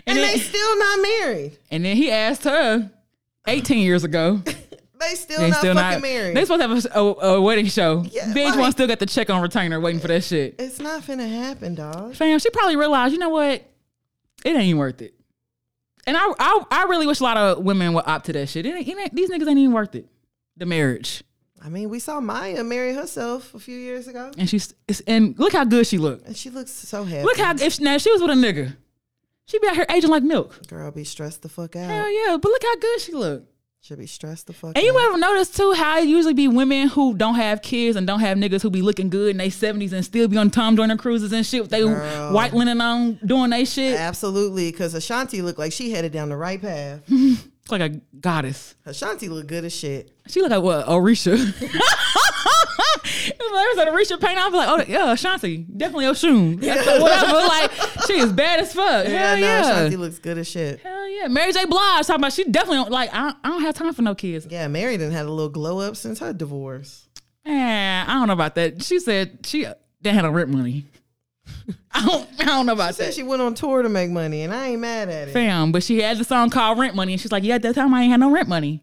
Speaker 1: and,
Speaker 2: they
Speaker 1: then,
Speaker 2: still not married.
Speaker 1: and then he asked her 18 years ago.
Speaker 2: They still
Speaker 1: They
Speaker 2: not
Speaker 1: still not.
Speaker 2: fucking married.
Speaker 1: They supposed to have a, a- a wedding show.
Speaker 2: Yeah,
Speaker 1: Bitch, one
Speaker 2: like-
Speaker 1: still got the check on retainer waiting for that shit.
Speaker 2: it's not finna happen, dog.
Speaker 1: fam, she probably realized, you know what? It ain't worth it. And I, I, I really wish a lot of women would opt to that shit. It ain't, it ain't, these niggas ain't even worth it. The marriage,
Speaker 2: I mean, we saw Maya marry herself a few years ago,
Speaker 1: and she's, it's, and look how good she looked.
Speaker 2: and she looks so happy.
Speaker 1: Look how if now if she was with a nigga, she'd be out here aging like milk.
Speaker 2: Girl, be stressed the fuck out.
Speaker 1: Hell yeah! But look how good she looked.
Speaker 2: Should be stressed the fuck.
Speaker 1: And you
Speaker 2: out.
Speaker 1: ever notice too how it usually be women who don't have kids and don't have niggas who be looking good in their seventies and still be on Tom Joyner cruises and shit with they
Speaker 2: Girl.
Speaker 1: white linen on doing they shit
Speaker 2: Absolutely, because Ashanti looked like she headed down the right path.
Speaker 1: It's like a goddess.
Speaker 2: Ashanti looked good as shit.
Speaker 1: She look like what Orisha. There's an Orisha paint. I was like, oh yeah, Ashanti, definitely Oshun. Yeah. Whatever. Like she is bad as fuck. Hell
Speaker 2: no,
Speaker 1: yeah.
Speaker 2: Ashanti looks good as shit.
Speaker 1: Hell yeah. Mary J. Blige talking about she definitely don't, like I, I don't have time for no kids.
Speaker 2: Yeah, Mary done had a little glow up since her divorce.
Speaker 1: Eh, I don't know about that. She said she didn't have no rent money. I don't I don't know about
Speaker 2: Said
Speaker 1: that.
Speaker 2: she went on tour to make money, and I ain't mad at it.
Speaker 1: Fam, but she had the song called Rent Money, and she's like, yeah, at that time I ain't had no rent money.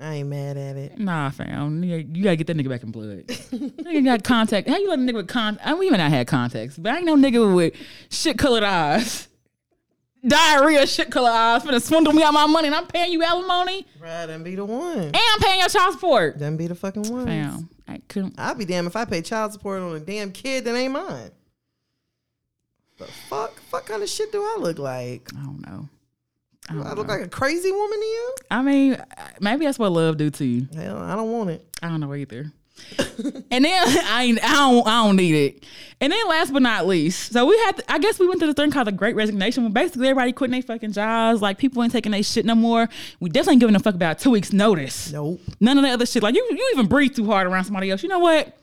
Speaker 2: I ain't mad at it.
Speaker 1: Nah, fam. You you gotta get that nigga back in blood. nigga got contact. How you let a nigga with con? I mean, even I had contacts, but I ain't no nigga with shit colored eyes. Diarrhea, shit colored eyes. Finna swindle me out my money and I'm paying you alimony and
Speaker 2: Right, done be the one.
Speaker 1: I'm paying your child support.
Speaker 2: Done be the fucking one.
Speaker 1: Fam. I couldn't.
Speaker 2: I'd be damn if I pay child support on a damn kid that ain't mine. The fuck, fuck kind of shit do I look like?
Speaker 1: I don't know. I,
Speaker 2: I
Speaker 1: don't
Speaker 2: look
Speaker 1: know.
Speaker 2: like a crazy woman to you?
Speaker 1: I mean, maybe that's what love do to you.
Speaker 2: Hell, I don't want it.
Speaker 1: I don't know either. and then I ain't, I don't I don't need it. And then last but not least, so we had to- I guess we went through this thing called the Great Resignation, where basically everybody quitting their fucking jobs. Like people ain't taking their shit no more. We definitely ain't giving a fuck about two weeks notice.
Speaker 2: Nope.
Speaker 1: None of that other shit. Like you you even breathe too hard around somebody else. You know what?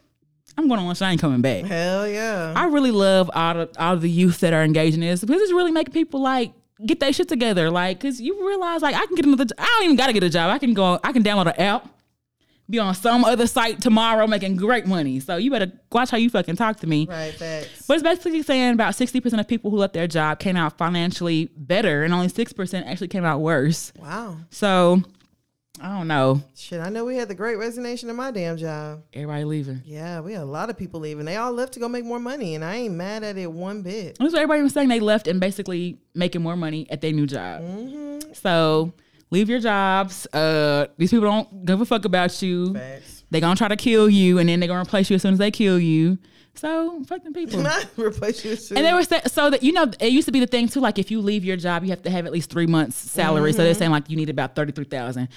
Speaker 1: I'm going on lunch. I ain't coming back.
Speaker 2: Hell yeah.
Speaker 1: I really love all the, all the youth that are engaging in this because it's really making people like get their shit together. Like, cause you realize like I can get another. j- I don't even gotta get a job. I can go. I can download an app, be on some other site tomorrow making great money. So you better watch how you fucking talk to me.
Speaker 2: right, facts.
Speaker 1: But it's basically saying about sixty percent of people who left their job came out financially better, and only six percent actually came out worse.
Speaker 2: Wow.
Speaker 1: So I don't know.
Speaker 2: Shit, I know we had the great resignation in my damn job.
Speaker 1: Everybody leaving.
Speaker 2: Yeah, we had a lot of people leaving. They all left to go make more money, and I ain't mad at it one bit.
Speaker 1: That's what everybody was saying. They left and basically making more money at their new job.
Speaker 2: Mm-hmm.
Speaker 1: So leave your jobs. Uh, these people don't give a fuck about you.
Speaker 2: Facts.
Speaker 1: They're gonna try to kill you, and then they're gonna replace you as soon as they kill you. So fuck them people.
Speaker 2: Can I replace you soon?
Speaker 1: And they were sa- so that you know it used to be the thing too. Like if you leave your job, you have to have at least three months salary. So they're
Speaker 2: Mm-hmm.
Speaker 1: saying like you need about thirty three thousand.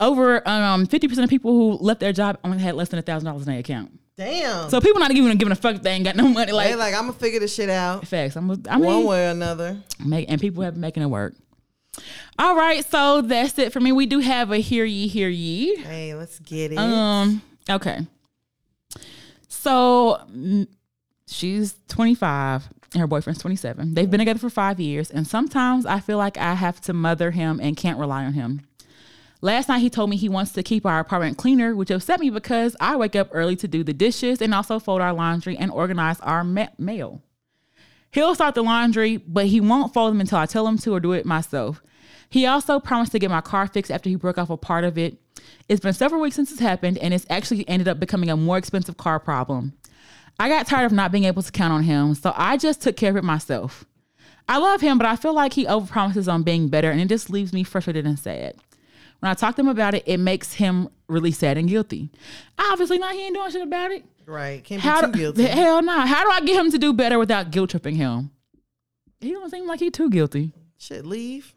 Speaker 1: Over um fifty percent of people who left their job only had less than a thousand dollars in their account.
Speaker 2: Damn.
Speaker 1: So people not even giving a fuck. They ain't got no money.
Speaker 2: they
Speaker 1: Like,
Speaker 2: like, I'm gonna figure this shit out
Speaker 1: facts. I'm. I mean,
Speaker 2: one way or another.
Speaker 1: Make, and people have been making it work. All right, so that's it for me. We do have a hear ye, hear ye.
Speaker 2: Hey, let's get it.
Speaker 1: Um, okay. So mm, she's 25 and her boyfriend's 27. They've been together for five years, and sometimes I feel like I have to mother him and can't rely on him. Last night he told me he wants to keep our apartment cleaner, which upset me because I wake up early to do the dishes and also fold our laundry and organize our ma- mail. He'll start the laundry, but he won't fold them until I tell him to or do it myself. He also promised to get my car fixed after he broke off a part of it. It's been several weeks since it's happened, and it's actually ended up becoming a more expensive car problem. I got tired of not being able to count on him, so I just took care of it myself. I love him, but I feel like he overpromises on being better, and it just leaves me frustrated and sad. When I talk to him about it, it makes him really sad and guilty. Obviously, not he ain't doing shit about it.
Speaker 2: right. Can't
Speaker 1: How
Speaker 2: be too
Speaker 1: do,
Speaker 2: guilty.
Speaker 1: Hell no. How do I get him to do better without guilt tripping him? He don't seem like he too guilty.
Speaker 2: Shit, leave.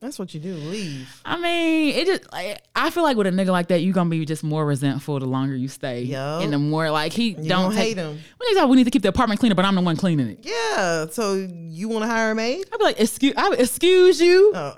Speaker 2: That's what you do. Leave.
Speaker 1: I mean, it just like, I feel like with a nigga like that, you gonna be just more resentful the longer you stay,
Speaker 2: Yup.
Speaker 1: and the more like he don't
Speaker 2: gonna
Speaker 1: take,
Speaker 2: hate him.
Speaker 1: When he's like, we need to keep the apartment cleaner, but I'm the one cleaning it.
Speaker 2: Yeah. So you want to hire a maid?
Speaker 1: I'd be like, excuse, I would excuse you.
Speaker 2: Uh,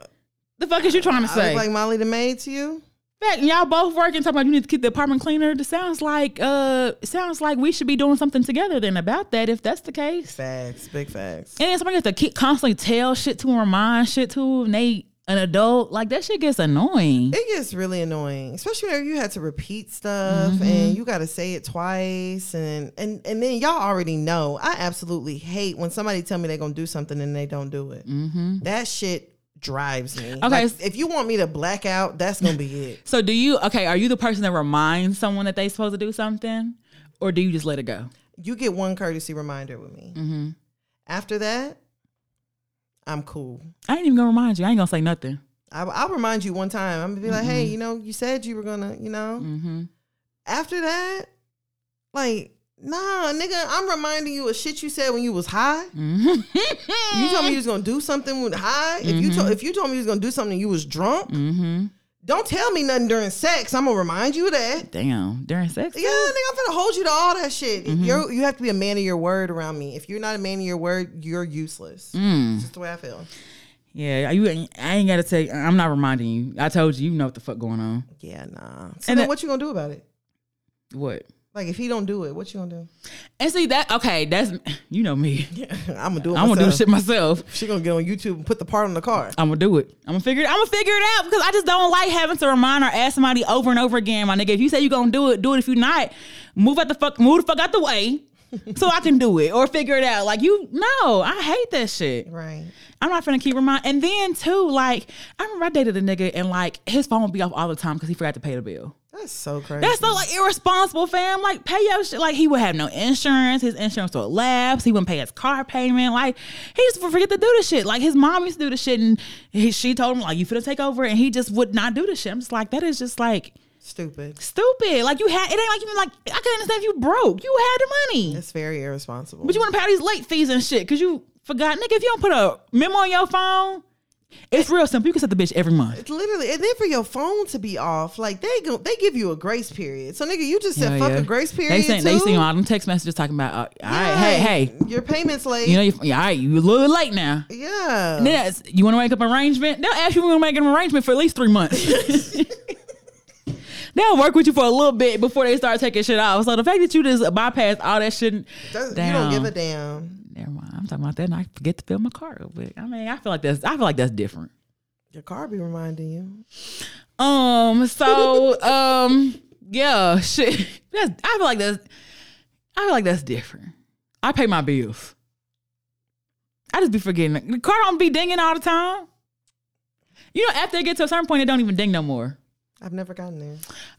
Speaker 1: The fuck is you trying to
Speaker 2: I
Speaker 1: say?
Speaker 2: look like Molly the maid to you.
Speaker 1: Fact, y'all both working talking about you need to keep the apartment cleaner. This sounds like uh, sounds like we should be doing something together then about that if that's the case.
Speaker 2: Facts. Big facts.
Speaker 1: And then somebody has to keep constantly tell shit to and remind shit to and they an adult. Like that shit gets annoying.
Speaker 2: It gets really annoying, especially whenever you had to repeat stuff
Speaker 1: Mm-hmm.
Speaker 2: and you got to say it twice, and and and then y'all already know. I absolutely hate when somebody tell me they're gonna do something and they don't do it. Mm-hmm. That shit drives me. Okay, if you want me to black out, that's gonna be it.
Speaker 1: So do you okay, are you the person that reminds someone that they supposed to do something? Or do you just let it go?
Speaker 2: You get one courtesy reminder with me.
Speaker 1: Mm-hmm.
Speaker 2: After that, I'm cool.
Speaker 1: I ain't even gonna remind you. I ain't gonna say nothing.
Speaker 2: I, I'll remind you one time. I'm gonna be like, hey, you know, you said you were gonna, you know.
Speaker 1: Mm-hmm.
Speaker 2: After that, like, nah, nigga, I'm reminding you of shit you said when you was high.
Speaker 1: Mm-hmm.
Speaker 2: You told me you was gonna do something when high. If you told if you told me you was gonna do something, and you was drunk.
Speaker 1: Mm-hmm.
Speaker 2: Don't tell me nothing during sex. I'm gonna remind you of that.
Speaker 1: Damn. During sex?
Speaker 2: Yeah, nigga, I'm gonna hold you to all that shit.
Speaker 1: Mm-hmm.
Speaker 2: You're you have to be a man of your word around me. If you're not a man of your word, you're useless.
Speaker 1: Mm.
Speaker 2: That's just the way I feel.
Speaker 1: Yeah, you ain't I ain't gotta tell you I'm not reminding you. I told you you know what the fuck going on.
Speaker 2: Yeah, nah. So
Speaker 1: And
Speaker 2: then
Speaker 1: that-
Speaker 2: what you gonna do about it?
Speaker 1: What?
Speaker 2: Like if he don't do it, what you gonna do?
Speaker 1: And see that okay, that's you know me.
Speaker 2: I'm gonna do it.
Speaker 1: I'm gonna do
Speaker 2: myself.
Speaker 1: the shit myself.
Speaker 2: She gonna get on YouTube and put the part on the car.
Speaker 1: I'm gonna do it. I'm gonna figure it. I'm gonna figure it out because I just don't like having to remind or ask somebody over and over again, my nigga. If you say you're gonna do it, do it. If you're not, move out the fuck, move the fuck out the way, so I can do it or figure it out. Like you, no, I hate that shit.
Speaker 2: Right.
Speaker 1: I'm not finna keep remind. And then too, like I remember I dated a nigga and like his phone would be off all the time because he forgot to pay the bill.
Speaker 2: That's so crazy.
Speaker 1: That's so like irresponsible, fam. Like pay your shit. Like he would have no insurance. His insurance would lapse. He wouldn't pay his car payment. Like he just would forget to do this shit. Like his mom used to do this shit, and he, she told him like you finna take over, and he just would not do this shit. I'm just like that is just like
Speaker 2: stupid.
Speaker 1: stupid. Like you had it ain't like even like I can understand if you broke. You had the money,
Speaker 2: That's very irresponsible.
Speaker 1: but you want to pay all these late fees and shit because you forgot, nigga. If you don't put a memo on your phone, it's real simple. You can set the bitch every month.
Speaker 2: It's literally, and then for your phone to be off, like they go, they give you a grace period. So nigga, you just said fuck a grace period
Speaker 1: Oh, They sent
Speaker 2: too.
Speaker 1: they seen all them text messages talking about uh, all right,
Speaker 2: Yeah.
Speaker 1: hey, hey.
Speaker 2: your payments late.
Speaker 1: You know, you, yeah, all right, you a little late now.
Speaker 2: yeah,
Speaker 1: Then that's- you want to make up an arrangement? They'll ask you want to make an arrangement for at least three months. They'll work with you for a little bit before they start taking shit off. So the fact that you just bypass all that shit,
Speaker 2: That's- you
Speaker 1: damn.
Speaker 2: don't give a damn.
Speaker 1: Never mind. I'm talking about that, and I forget to fill my car up. But I mean, I feel like that's I feel like that's different.
Speaker 2: Your car be reminding you.
Speaker 1: Um. So um. Yeah. Shit. That's. I feel like that's. I feel like that's different. I pay my bills. I just be forgetting. The car don't be dinging all the time. You know, after it gets to a certain point, it don't even ding no more.
Speaker 2: I've never gotten there.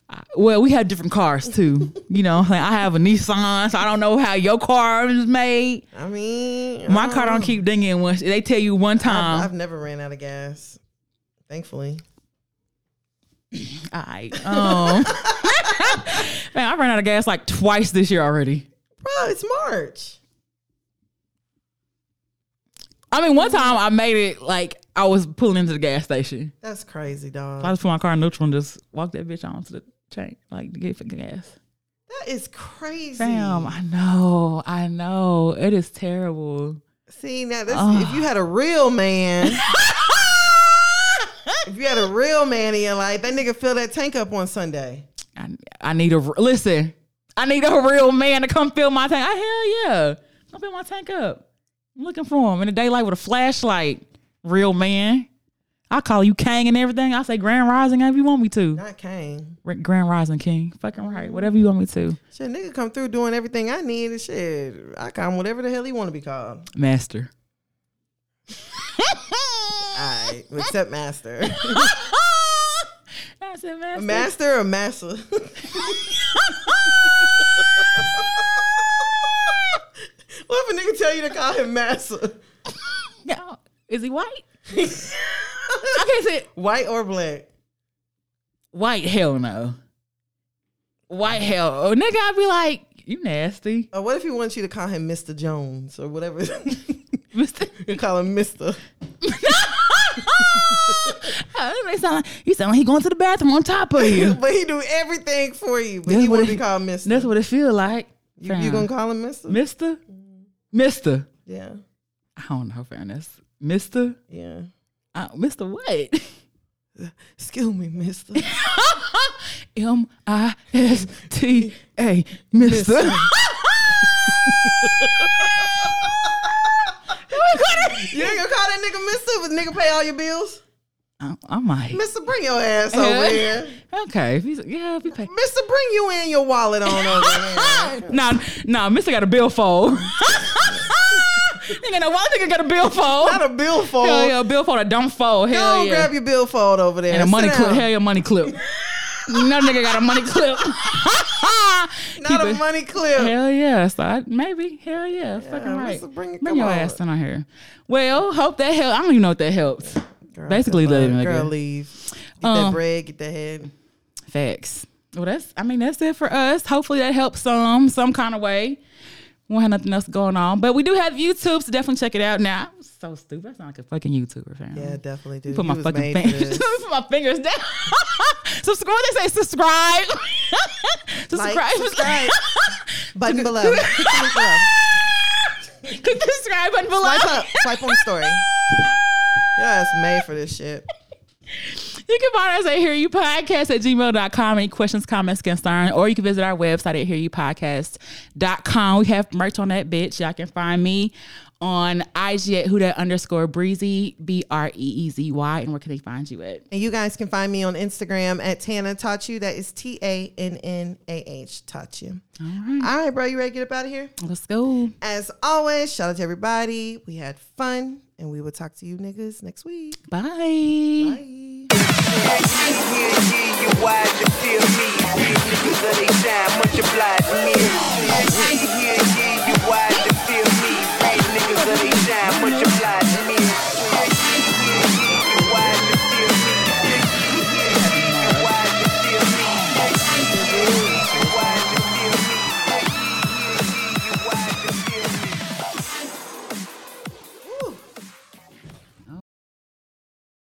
Speaker 1: I- Well, we have different cars too. You know, like I have a Nissan, so I don't know how your car is made.
Speaker 2: I mean,
Speaker 1: My
Speaker 2: I
Speaker 1: car um, don't
Speaker 2: know.
Speaker 1: keep dinging once. They tell you one time.
Speaker 2: I've, I've never ran out of gas. Thankfully,
Speaker 1: I um, man, I ran out of gas like twice this year already.
Speaker 2: bro, it's March.
Speaker 1: I mean, one time I made it like I was pulling into the gas station.
Speaker 2: That's crazy, dog.
Speaker 1: I just put my car in neutral and just walked that bitch on to the change, like to get for gas.
Speaker 2: That is crazy.
Speaker 1: Damn, I know, I know. It is terrible.
Speaker 2: See now, this, if you had a real man, if you had a real man in your life, that nigga fill that tank up on Sunday.
Speaker 1: I, I need a r- listen. I need a real man to come fill my tank. I hell yeah, come fill my tank up. I'm looking for him in the daylight with a flashlight. Real man. I call you Kang and everything. I say Grand Rising if you want me to.
Speaker 2: Not Kane.
Speaker 1: R- Grand Rising King. Fucking right. Whatever you want me to.
Speaker 2: Shit, nigga come through doing everything I need and shit. I call him whatever the hell he want to be called.
Speaker 1: Master.
Speaker 2: All right, except master,
Speaker 1: I said master.
Speaker 2: master or massa. what if a nigga tell you to call him massa?
Speaker 1: Yeah. Is he white? I can't say
Speaker 2: White or black?
Speaker 1: white. Hell no. White hell. Oh, nigga, I'd be like, you nasty.
Speaker 2: Or what if he wants you to call him Mr. Jones or whatever? you
Speaker 1: Mister.
Speaker 2: call him Mister.
Speaker 1: Oh, they sound like, you sound like he going to the bathroom on top of you.
Speaker 2: But he do everything for you. But
Speaker 1: That's
Speaker 2: he
Speaker 1: what
Speaker 2: want to
Speaker 1: it-
Speaker 2: be called Mister.
Speaker 1: That's what it feel like.
Speaker 2: you, you gonna call him Mister?
Speaker 1: Mister? Mister.
Speaker 2: Yeah,
Speaker 1: I don't know, fairness. Mister?
Speaker 2: yeah.
Speaker 1: Uh, Mister what?
Speaker 2: Excuse me, Mister.
Speaker 1: M I S T A, Mister.
Speaker 2: Mister. You ain't gonna call that nigga Mister, but nigga pay all your bills.
Speaker 1: I, I might.
Speaker 2: Mister, bring your ass over here.
Speaker 1: Okay, if he's yeah, if he pay.
Speaker 2: Mister, bring you and your wallet on over here.
Speaker 1: Nah, nah, Mister got a billfold. nigga, no, one nigga got a billfold.
Speaker 2: Not a billfold.
Speaker 1: Hell yeah, a billfold, a dumb fold. Hell
Speaker 2: Go
Speaker 1: yeah,
Speaker 2: grab your billfold over there.
Speaker 1: and a money
Speaker 2: Sit
Speaker 1: clip.
Speaker 2: down.
Speaker 1: Hell yeah, money clip. no nigga got a money clip.
Speaker 2: Not
Speaker 1: Keep
Speaker 2: a
Speaker 1: it-
Speaker 2: money clip.
Speaker 1: Hell yeah, so I, maybe. Hell yeah, fucking
Speaker 2: Mr.
Speaker 1: right.
Speaker 2: Bring
Speaker 1: Bring,
Speaker 2: it, come
Speaker 1: your
Speaker 2: on.
Speaker 1: ass down here. Well, hope that help. I don't even know if that helps.
Speaker 2: Girl,
Speaker 1: Basically, let
Speaker 2: good luck.
Speaker 1: it
Speaker 2: girl
Speaker 1: go.
Speaker 2: leave. Get that
Speaker 1: Um,
Speaker 2: bread. Get that head.
Speaker 1: Facts. Well, that's. I mean, that's it for us. Hopefully, that helps some, some kind of way. We don't have nothing else going on, but we do have YouTube, so definitely check it out. Now, I'm so stupid. I sound like a fucking YouTuber, fam.
Speaker 2: Yeah, definitely do.
Speaker 1: Put
Speaker 2: You
Speaker 1: my
Speaker 2: was
Speaker 1: fucking
Speaker 2: made for
Speaker 1: fingers.
Speaker 2: this.
Speaker 1: put my fingers down. subscribe. They say subscribe. subscribe.
Speaker 2: subscribe. Button below. Button below.
Speaker 1: Click the subscribe button below.
Speaker 2: Swipe up. Swipe on story. Yeah, it's made for this shit.
Speaker 1: You can find us at Hear You Podcast at gmail.com. Any questions, comments, concerns, or you can visit our website at hearyoupodcast.com. We have merch on that bitch. Y'all can find me on IG at Huda underscore breezy, B R E E Z Y. And where can they find you at?
Speaker 2: And you guys can find me on Instagram at Tana Tachu. That is T A N N A H Tachu. All right. All right, bro. You ready to get up out of here?
Speaker 1: Let's go.
Speaker 2: As always, shout out to everybody. We had fun, and we will talk to you niggas next week.
Speaker 1: Bye.
Speaker 2: Bye.
Speaker 3: Much obliged to me.